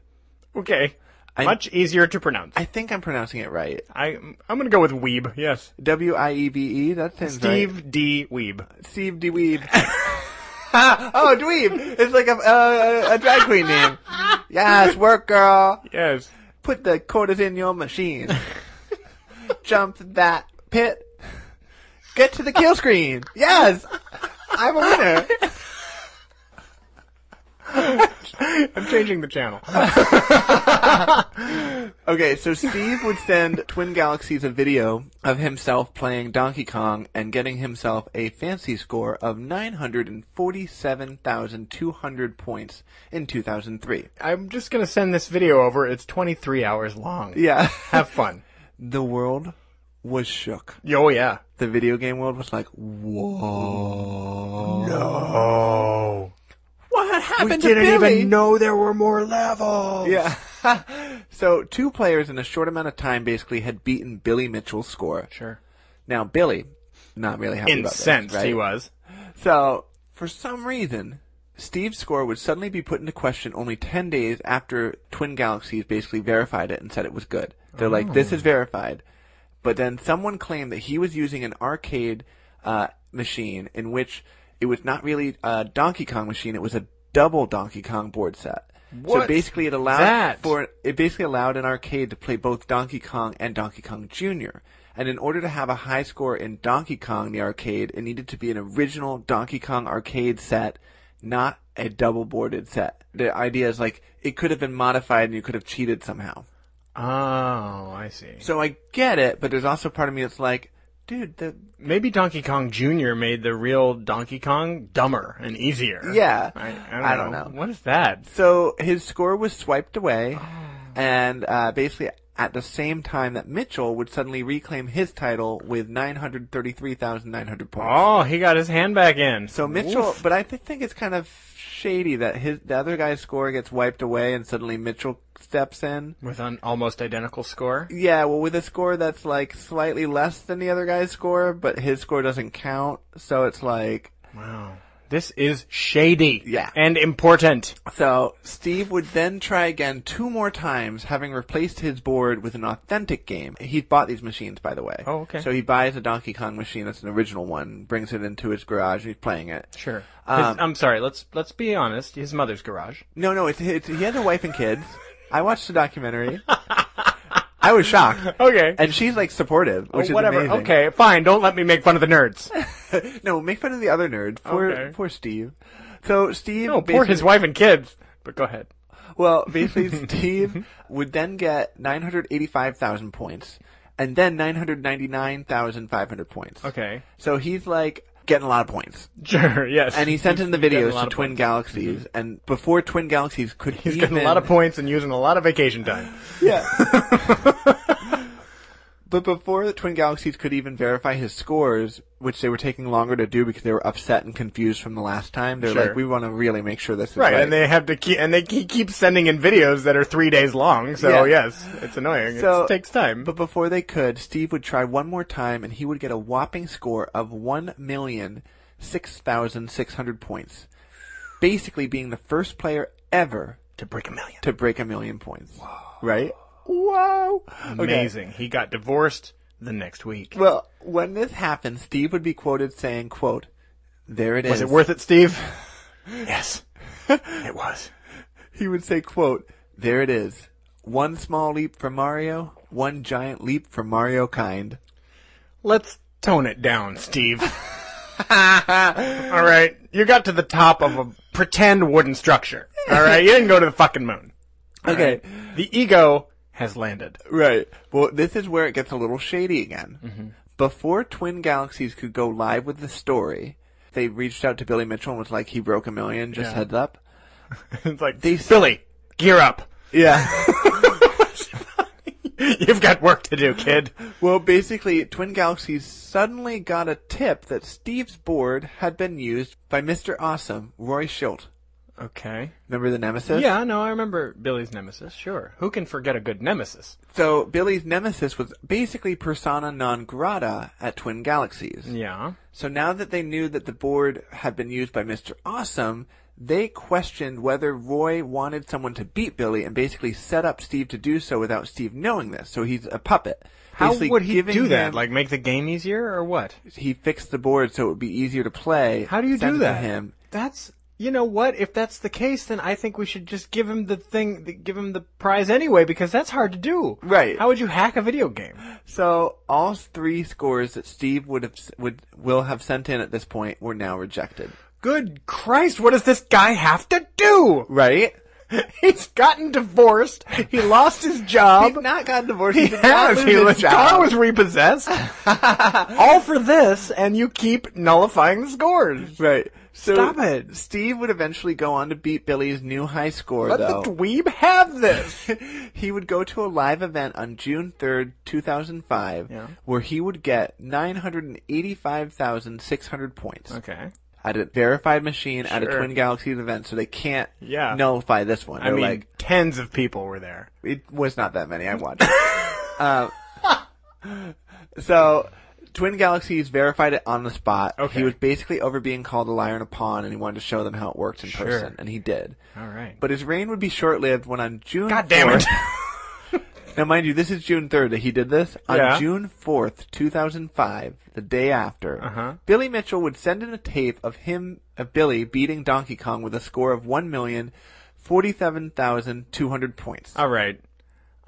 Okay.
I-
Much easier to pronounce. I,
I think I'm pronouncing it right.
I am gonna go with Weeb. Yes,
W i e b e. That sounds
Steve
right.
D. Weeb.
Steve D Weeb. (laughs) oh, Dweeb. It's like a, uh, a drag queen name. Yes, work girl.
Yes.
Put the quarters in your machine. Jump that pit. Get to the kill screen. Yes, I'm a winner.
I'm changing the
(laughs)
channel.
Okay, so Steve would send Twin Galaxies a video of himself playing Donkey Kong and getting himself a fancy score of 947,200 points in 2003.
I'm just gonna send this video over. It's 23 hours long.
Yeah. (laughs)
Have fun.
the world was shook.
Oh yeah.
The video game world was like, whoa.
Oh.
What happened
We didn't even know there were more levels.
Yeah. (laughs) so two players in a short amount of time basically had beaten Billy Mitchell's score.
Sure.
Now, Billy, not really happy about this,
Incensed
right?
he was.
So, for some reason, Steve's score would suddenly be put into question only 10 days after Twin Galaxies basically verified it and said it was good. They're like, this is verified. But then someone claimed that he was using an arcade uh, machine in which it was not really a Donkey Kong machine, it was a double Donkey Kong board set. So
What?
basically it allowed
That-
for it basically allowed an arcade to play both Donkey Kong and Donkey Kong Jr. and in order to have a high score in Donkey Kong the arcade, it needed to be an original Donkey Kong arcade set, not a double boarded set. The idea is like it could have been modified and you could have cheated somehow.
Oh, I see.
So I get it, but there's also part of me that's like, dude, the
Maybe Donkey Kong Jr. made the real Donkey Kong dumber and easier.
yeah.
I, I, don't,
I
know.
don't know.
What is that?
So his score was swiped
(sighs)
away, and uh, basically at the same time that Mitchell would suddenly reclaim his title with 933,900 points.
Oh, he got his hand back in.
So Mitchell,
Oof.
but I th- think it's kind of shady that his the other guy's score gets wiped away, and suddenly Mitchell steps in.
with an almost identical score.
Yeah, well, with a score that's like slightly less than the other guy's score, but his score doesn't count. So it's like,
Wow. This is shady.
Yeah.
And important.
so Steve would then try again two more times, having replaced his board with an authentic game. He bought these machines, by the way.
Oh, okay.
So he buys a Donkey Kong machine that's an original one, brings it into his garage, and he's playing it.
Sure.
Um,
His- I'm sorry. Let's let's be honest. His mother's garage.
No, no, it's, it's he has a wife and kids. I watched
(laughs)
the documentary. I was shocked.
Okay. Oh,
And she's like supportive, which is
whatever.
amazing.
Okay, fine. Don't let me make fun of the nerds.
No, make fun of the other nerd. Poor,
Okay.
poor Steve. So Steve,
Oh, (laughs) poor
basically-
his wife and kids. But go ahead.
well,
(laughs)
basically Steve would then get 985,000 points and then 999,500 points.
Okay.
So he's like getting a lot of points.
(laughs) Sure. Yes.
And he sent in the
He's getting a
videos
lot
to
of
Twin
points. Mm-hmm.
Galaxies and before Twin Galaxies could
He's getting a lot of points and using a lot of vacation
(sighs)
time.
Yeah.
(laughs)
but before the Twin Galaxies could even verify his scores, which they were taking longer to do because they were upset and confused from the last time, they're
Sure.
like, we want to really make sure this is
Right,
right.
and they have to keep and they ke- keep sending in videos that are three days long. So
Yeah.
yes, it's annoying.
So-
it takes time.
but before they could, Steve would try one more time and he would get a whopping score of 1,006,600 points. Basically being the first player ever
to break a million,
to break a million points. Right? Wow.
amazing. He got divorced the next week.
Well, when this happened, Steve would be quoted saying, quote, there it is.
Was it worth it, Steve? yes, (laughs) it was.
He would say, quote, there it is. One small leap for Mario, one giant leap for Mario kind.
Let's tone it down, Steve. (laughs) all right, you got to the top of a pretend wooden structure. All right, you didn't go to the fucking moon.
Okay.
The ego has landed. (laughs)
Right. Well, this is where it gets a little shady again.
Mm-hmm.
Before Twin Galaxies could go live with the story, they reached out to Billy Mitchell and was like, he broke a million, just
Yeah. (laughs)
heads up.
it's like
They-
Billy, gear up. (laughs)
Yeah. (laughs)
You've got work to do, kid.
Well, basically, Twin Galaxies suddenly got a tip that Steve's board had been used by Mr. Awesome, Roy Schilt.
Okay.
Remember the Nemesis?
Yeah, no, I remember Billy's nemesis. Sure. Who can forget a good nemesis?
So Billy's nemesis was basically persona non grata at Twin Galaxies.
Yeah.
So now that they knew that the board had been used by Mr. Awesome, they questioned whether Roy wanted someone to beat Billy and basically set up Steve to do so without Steve knowing this. So he's a puppet.
How
Basically
would he
giving
do that?
him-
Like make the game easier or what?
he fixed the board so it would be easier to play.
How do you
sent
do
it
that?
To him.
That's you know what? If that's the case, then I think we should just give him the thing, the- give him the prize anyway, because that's hard to do.
Right.
How would you hack a video game?
So all three scores that Steve would have would will have sent in at this point were now rejected.
Good Christ! What does this guy have to do? (laughs)
Right?
He's gotten divorced. He lost his job.
He's not gotten divorced.
He
did not
has.
lose
He,
his
his car
job.
was
(laughs)
repossessed. All for this, and you keep nullifying the scores.
Right. So
Stop it.
Steve would eventually go on to beat Billy's new high score,
Let the
though.
dweeb have
(laughs)
this.
he would go to a live event on June 3rd, 2005,
Yeah.
where he would get 985,600 points
Okay.
at a verified machine at a
Sure.
Twin Galaxies event, so they can't
Yeah.
nullify this one.
I
They're
mean,
like,
tens of people were there.
it was not that many. I watched.
(laughs)
uh, so, Twin Galaxies verified it on the spot.
Okay.
He was basically over being called a liar and a pawn, and he wanted to show them how it worked in person, and he did.
All right.
But his reign would be short-lived when on June.
God damn it.
4th now, mind you, this is June 3rd that he did this. On
Yeah.
June 4th, 2005, the day after,
Uh-huh.
Billy Mitchell would send in a tape of him, of Billy beating Donkey
Uh,
Kong with a score of one million forty-seven thousand two hundred points.
All right.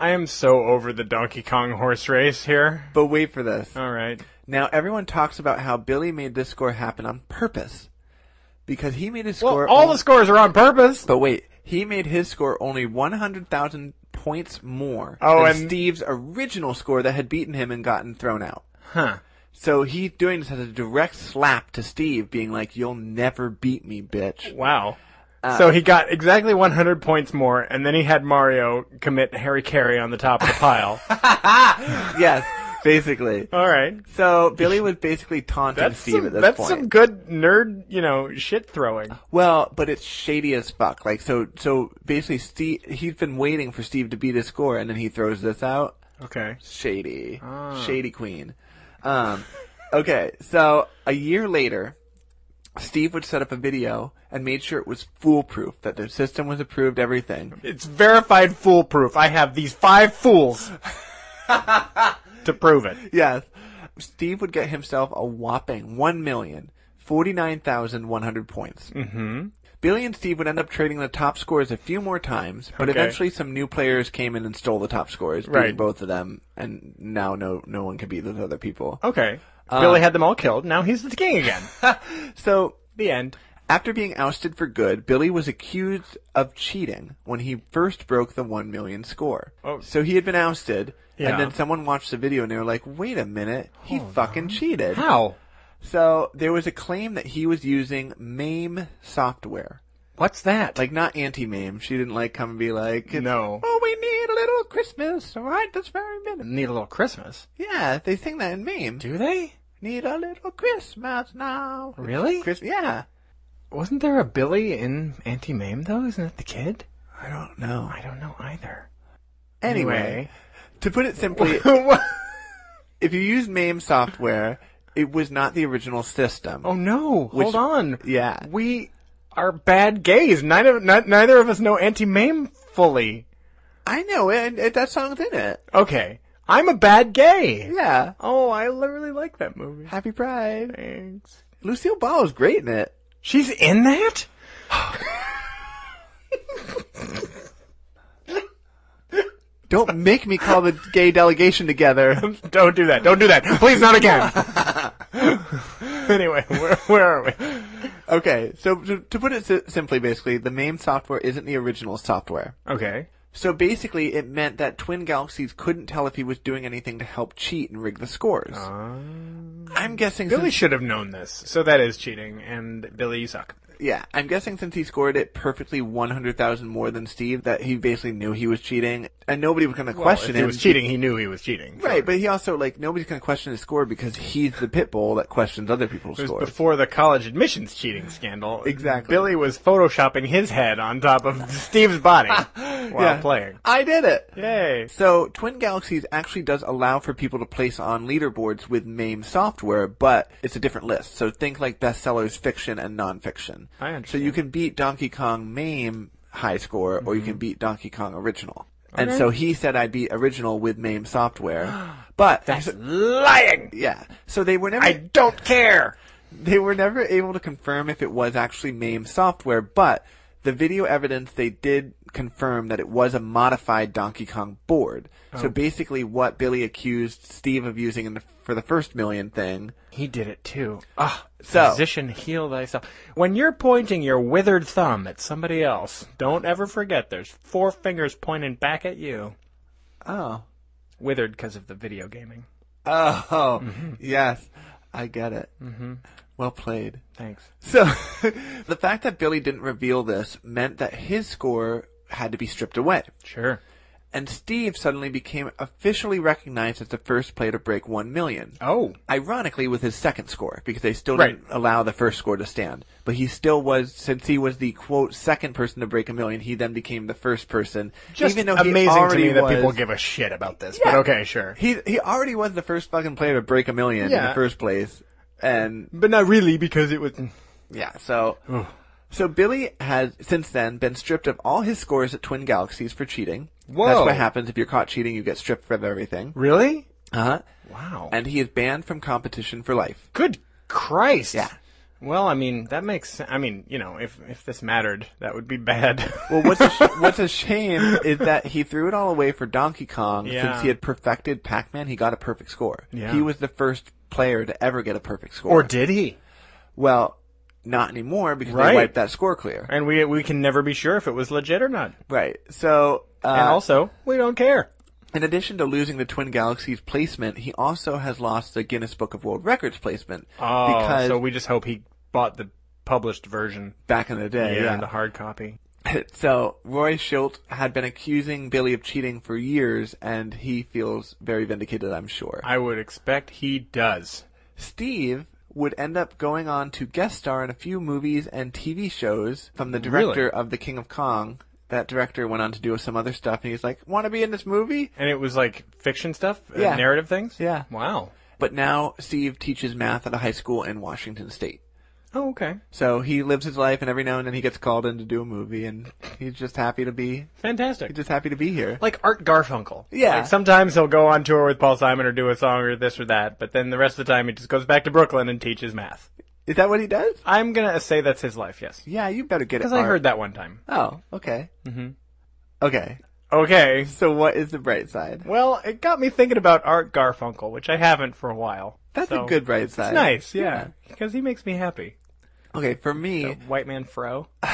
I am so over the Donkey Kong horse race here.
But wait for this.
All right.
Now everyone talks about how Billy made this score happen on purpose because he made his
Well,
score.
all
on-
the scores are on purpose.
but wait, he made his score only one hundred thousand points more
Oh,
than
and-
Steve's original score that had beaten him and gotten thrown out.
Huh.
So he's doing this as a direct slap to Steve, being like, "You'll never beat
(laughs)
me, bitch."
Wow.
Uh,
so he got exactly 100 points more, and then he had Mario commit Harry Carey on the top of the
(laughs)
pile.
yes, basically.
All right.
So Billy was basically taunting
That's
Steve
some,
at this
that's
point. Oh.
some good nerd, you know, shit throwing.
Well, but it's shady as fuck. Like so, so basically, Steve he's been waiting for Steve to beat his score, and then he throws this out.
Okay.
Shady, shady queen. Um, okay, so a year later, Steve would set up a video and made sure it was foolproof that the system was approved, everything.
It's verified foolproof. I have these five
(laughs)
fools to prove it.
Yes, Steve would get himself a whopping one million forty nine thousand one hundred points. Mm-hmm. Billy and Steve would end up trading the top scores a few more times, but
Okay.
eventually some new players came in and stole the top scores, beating
Right.
both of them, and now no no one can beat those other people.
Okay. Billy
Uh,
had them all killed. Now he's the king
(laughs)
again.
So
the end.
after being ousted for good, Billy was accused of cheating when he first broke the one million score.
Oh.
So he had been ousted,
Yeah. Oh,
and then someone watched the video and they were like, "Wait a minute, he fucking cheated."
How?
So there was a claim that he was using MAME software.
What's that?
Like not anti MAME. She didn't like come and be like it's-
No.
Oh we need a little Christmas right this very minute.
need a little Christmas.
Yeah, they sing that in MAME.
Do they?
Need a little Christmas now.
Really?
Chris yeah.
Wasn't there a Billy in Auntie Mame though? Isn't that the kid?
I don't know.
I don't know (laughs) either.
Anyway, to put it
(laughs)
simply, if you use MAME software, it was not the original system.
oh no! Hold on.
yeah.
We are bad gays. Neither ni- neither of us know Auntie Mame fully.
I know it, and it, that song's in it.
Okay. I'm a bad gay.
Yeah.
Oh, I li- really like that movie.
Happy Pride.
Thanks.
Lucille Ball was great in it.
She's in that? (laughs)
Don't make me
(laughs)
call the gay delegation together.
Don't do that. Don't do that. Please, not (laughs) again. anyway, where, where are we?
Okay, so to, to put it si- simply, basically, the MAME software isn't the original software.
Okay.
So basically, it meant that Twin Galaxies couldn't tell if he was doing anything to help cheat and rig the scores.
Ah.
I'm guessing
Billy
since-
should have known this. So that is cheating, and Billy, you suck.
Yeah, I'm guessing since he scored it perfectly 100,000 more than Steve, that he basically knew he was cheating, and nobody was going to question
if
him.
he was cheating. He knew he was cheating.
Right, but he also like nobody's going to question his score because he's the pit bull that questions other people's
It was
scores.
before the college admissions cheating scandal.
Exactly.
Billy was photoshopping his head on top of (laughs) Steve's body while
Yeah.
playing.
I did it.
Yay.
So Twin Galaxies actually does allow for people to place on leaderboards with MAME software, but it's a different list. So think like bestsellers, fiction, and nonfiction.
I
So
understand.
you can beat Donkey Kong MAME high score, or you can
Mm-hmm.
beat Donkey Kong original. And so he said I beat original with MAME software, but
That's lying.
yeah. So they were never
I don't care.
they were never able to confirm if it was actually MAME software, but the video evidence they did confirm that it was a modified Donkey Kong board. So basically, what Billy accused Steve of using in the, for the first million thing.
He did it too. Ah,
So-
physician, heal thyself. When you're pointing your withered thumb at somebody else, don't ever forget there's four fingers pointing back at you.
Oh,
Withered because of the video gaming.
oh, yes, I get it. Mm-hmm. Well played.
Thanks.
So (laughs) the fact that Billy didn't reveal this meant that his score had to be stripped away.
Sure.
And Steve suddenly became officially recognized as the first player to break 1 million.
Oh.
ironically with his second score because they still
Right.
didn't allow the first score to stand but he still was since he was the quote second person to break a million he then became the first person
Just
even though he
amazing to
already
me that
was-
people give a shit about this.
Yeah.
But okay, sure.
he he already was the first fucking player to break a million in
Yeah.
the first place and
But not really because it was.
yeah so so billy has since then been stripped of all his scores at twin galaxies for cheating
Whoa.
that's what happens if you're caught cheating you get stripped of everything
Really?
uh-huh
Wow.
and he is banned from competition for life
Good Christ.
Yeah.
Well, I mean, that makes sen- I mean, you know, if if this mattered, that would be bad. (laughs)
Well, what's a sh- what's a shame is that he threw it all away for Donkey Kong
Yeah.
since he had perfected Pac-Man. He got a perfect score.
Yeah.
He was the first player to ever get a perfect score.
or did he?
well, not anymore because
Right.
they wiped that score clear.
And we we can never be sure if it was legit or not.
Right. So, uh,
and also, we don't care.
in addition to losing the Twin Galaxies placement, he also has lost the Guinness Book of World Records placement
Oh,
because
so we just hope he bought the published version.
back in the day, yeah. (laughs)
the hard copy.
so Roy Schilt had been accusing Billy of cheating for years, and he feels very vindicated, I'm sure.
I would expect he does.
Steve would end up going on to guest star in a few movies and TV shows from the
Really?
director of The King of Kong. That director went on to do some other stuff, and he's like, "Want to be in this movie?"
And it was like fiction stuff, Uh,
Yeah.
narrative things.
Yeah.
Wow.
But now Steve teaches math at a high school in Washington State.
Oh, okay.
So he lives his life, and every now and then he gets called in to do a movie, and he's just happy to be
Fantastic.
he's just happy to be here.
like Art Garfunkel.
Yeah.
Like sometimes he'll go on tour with Paul Simon or do a song or this or that, but then the rest of the time he just goes back to Brooklyn and teaches math.
Is that what he does?
I'm gonna say that's his life. Yes.
Yeah, you better get it.
Because I
Art.
heard that one time.
Oh, okay. Mm-hmm. Okay.
Okay.
So what is the bright side?
Well, it got me thinking about Art Garfunkel, which I haven't for a while.
That's
So,
a good bright side.
It's nice, yeah, because he makes me happy.
Okay, for me,
The white man fro.
(laughs)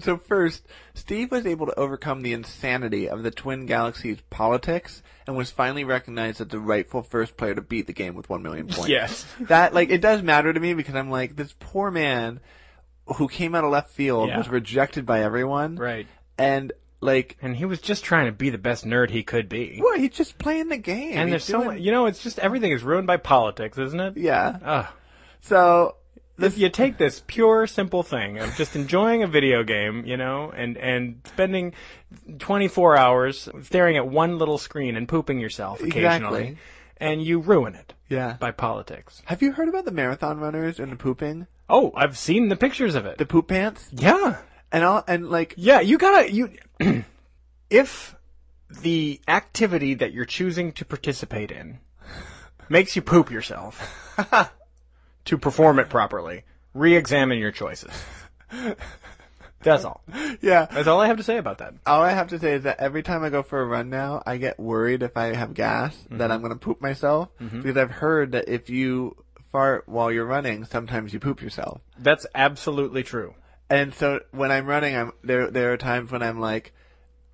so first, Steve was able to overcome the insanity of the Twin Galaxies politics and was finally recognized as the rightful first player to beat the game with 1 million points.
Yes.
That, like, it does matter to me because I'm like, this poor man who came out of left field
Yeah.
was rejected by everyone.
Right.
And, like,
And he was just trying to be the best nerd he could be.
what? He's just playing the game.
And
He's
there's so
doing-
much, you know, it's just everything is ruined by politics, isn't it?
Yeah.
Ugh.
So,
If you take this pure, simple thing of just enjoying a video game, you know, and, and spending 24 hours staring at one little screen and pooping yourself occasionally,
Exactly.
and you ruin it
yeah.
by politics.
Have you heard about the marathon runners and the pooping?
Oh, I've seen the pictures of it.
The poop pants?
yeah.
And all, and like,
Yeah, you gotta you (clears throat) if the activity that you're choosing to participate in makes you poop yourself to perform it properly, re-examine your choices. That's all.
yeah.
That's all I have to say about that.
All I have to say is that every time I go for a run now, I get worried if I have gas that I'm going to poop myself because I've heard that if you fart while you're running, sometimes you poop yourself.
That's absolutely true.
And so when I'm running, I'm there. There are times when I'm like,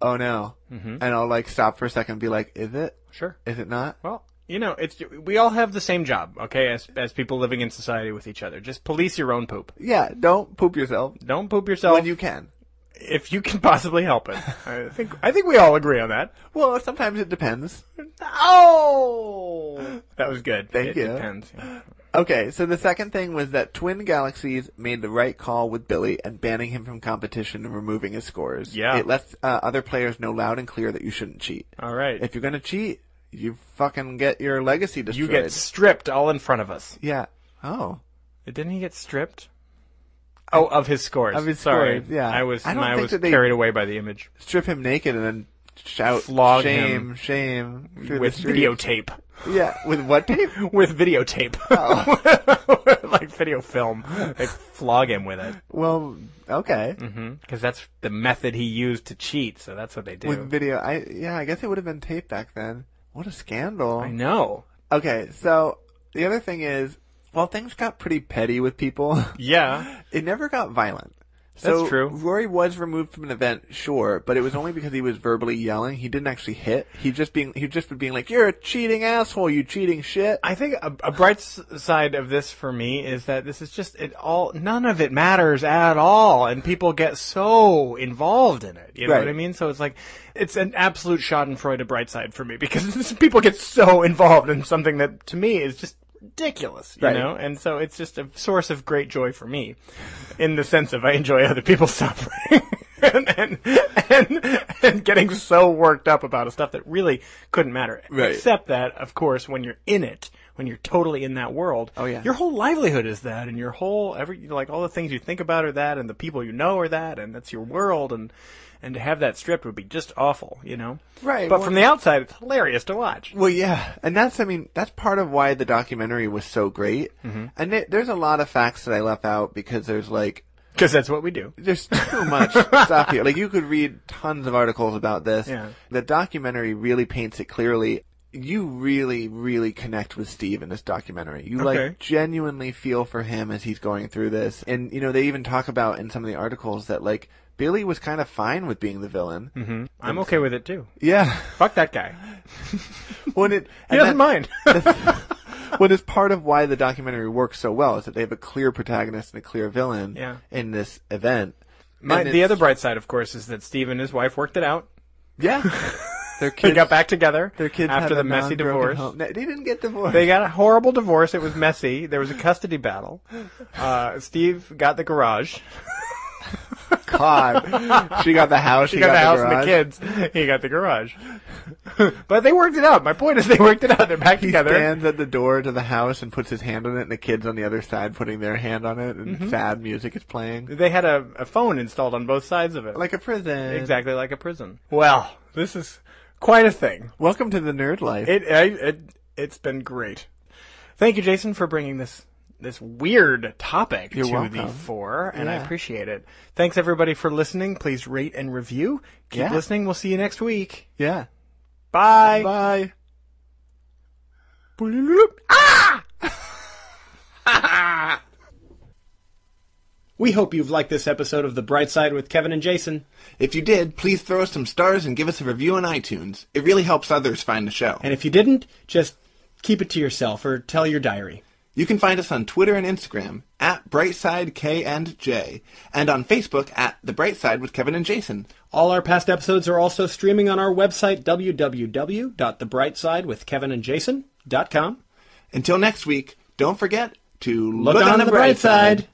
"Oh no," and I'll like stop for a second, and be like, "Is it?
Sure.
Is it not?"
Well, you know, it's we all have the same job, okay, as as people living in society with each other. Just police your own poop.
Yeah, don't poop yourself
Don't poop yourself
when you can.
if you can possibly help
(laughs)
it. I think I think we all agree on that.
Well, sometimes it depends.
Oh, that was good.
Thank
it
you.
Depends. yeah.
Okay, so the second thing was that Twin Galaxies made the right call with Billy and banning him from competition and removing his scores.
Yeah.
It lets uh, other players know loud and clear that you shouldn't cheat.
All right,
If you're going to cheat, you fucking get your legacy
you
destroyed.
get stripped all in front of us.
Yeah. Oh.
Didn't he get stripped? Oh, of his scores.
Of his
Sorry,
scores, yeah.
I was
I
I,
don't think
was
that they-
carried away by the image
Strip him naked and then shout
Flog
shame,
him.
shame through
with
the street.
videotape.
(laughs) Yeah, with
(laughs)
what tape?
With videotape, (laughs) like video film. They flog him with it
well, okay.
Mm-hmm. because that's the method he used to cheat. So that's what they do.
With video. I yeah, I guess it would have been tape back then. What a scandal.
I know.
Okay, so the other thing is, while things got pretty petty with people, (laughs)
Yeah.
it never got violent. So
That's true.
Rory was removed from an event, sure, but it was only because he was verbally yelling. He didn't actually hit. He just being he just was being like, "You're a cheating asshole, you cheating shit."
I think a, a bright s- side of this for me is that this is just it all none of it matters at all, and people get so involved in it. You know
Right.
what I mean? So it's like it's an absolute Schadenfreude bright side for me because (laughs) people get so involved in something that to me is just ridiculous. You
Right.
know, and so it's just a source of great joy for me, in the sense of I enjoy other people (laughs) suffering. and, and, and and getting so worked up about stuff that really couldn't matter
Right.
except that, of course, when you're in it, when you're totally in that world.
Oh, yeah.
Your whole livelihood is that, and your whole every like all the things you think about are that, and the people you know are that, and that's your world, and and to have that stripped would be just awful, you know.
Right,
But
well-
from the outside, it's hilarious to watch.
Well, yeah, and that's I mean that's part of why the documentary was so great.
Mm-hmm.
And it, there's a lot of facts that I left out because there's like
Because that's what we do.
there's
(laughs)
too much stuff here. Like you could read tons of articles about this.
Yeah.
The documentary really paints it clearly. You really, really connect with Steve in this documentary. You
Okay.
like genuinely feel for him as he's going through this. And you know, they even talk about in some of the articles that like Billy was kind of fine with being the villain.
Mm-hmm. I'm okay with it too.
Yeah. (laughs)
Fuck that guy. (laughs)
When it
He doesn't
and that-
mind.
what is part of why the documentary works so well is that they have a clear protagonist and a clear villain
Yeah.
in this event.
My,
And
the
it's-
other bright side, of course, is that Steve and his wife worked it out. (laughs)
yeah,
They
their kids
got back together
their kids
after
have
the
a
messy
non-broken
divorce.
home. No, they didn't get divorced.
They got a horrible divorce. It was messy. There was a custody battle. Uh, Steve got the garage.
God, (laughs) she got the house. She,
He got, the house
garage.
and the kids. He got the garage. (laughs) but they worked it out. My point is they worked it out. They're back
He
together.
stands at the door to the house and puts his hand on it, and the kids on the other side putting their hand on it, and sad music is playing,
They had a, a phone installed on both sides of it.
like a prison.
exactly like a prison. Well, this is quite a thing.
Welcome to the nerd life.
It, I, it it's been great. Thank you, Jason, for bringing this this weird topic
You're
to the
welcome.
fore, and I
Yeah.
appreciate it. Thanks everybody for listening. Please rate and review. Keep
Yeah.
listening. We'll see you next week.
yeah.
Bye.
Bye.
Ah! (laughs)
We hope you've liked this episode of The Bright Side with Kevin and Jason.
If you did, please throw us some stars and give us a review on iTunes. It really helps others find the show.
And if you didn't, just keep it to yourself or tell your diary.
You can find us on Twitter and Instagram at Brightside K and J, and on Facebook at The Bright Side with Kevin and Jason.
All our past episodes are also streaming on our website, www.thebrightsidewithkevinandjason.com.
Until next week, don't forget to
Look on the bright side.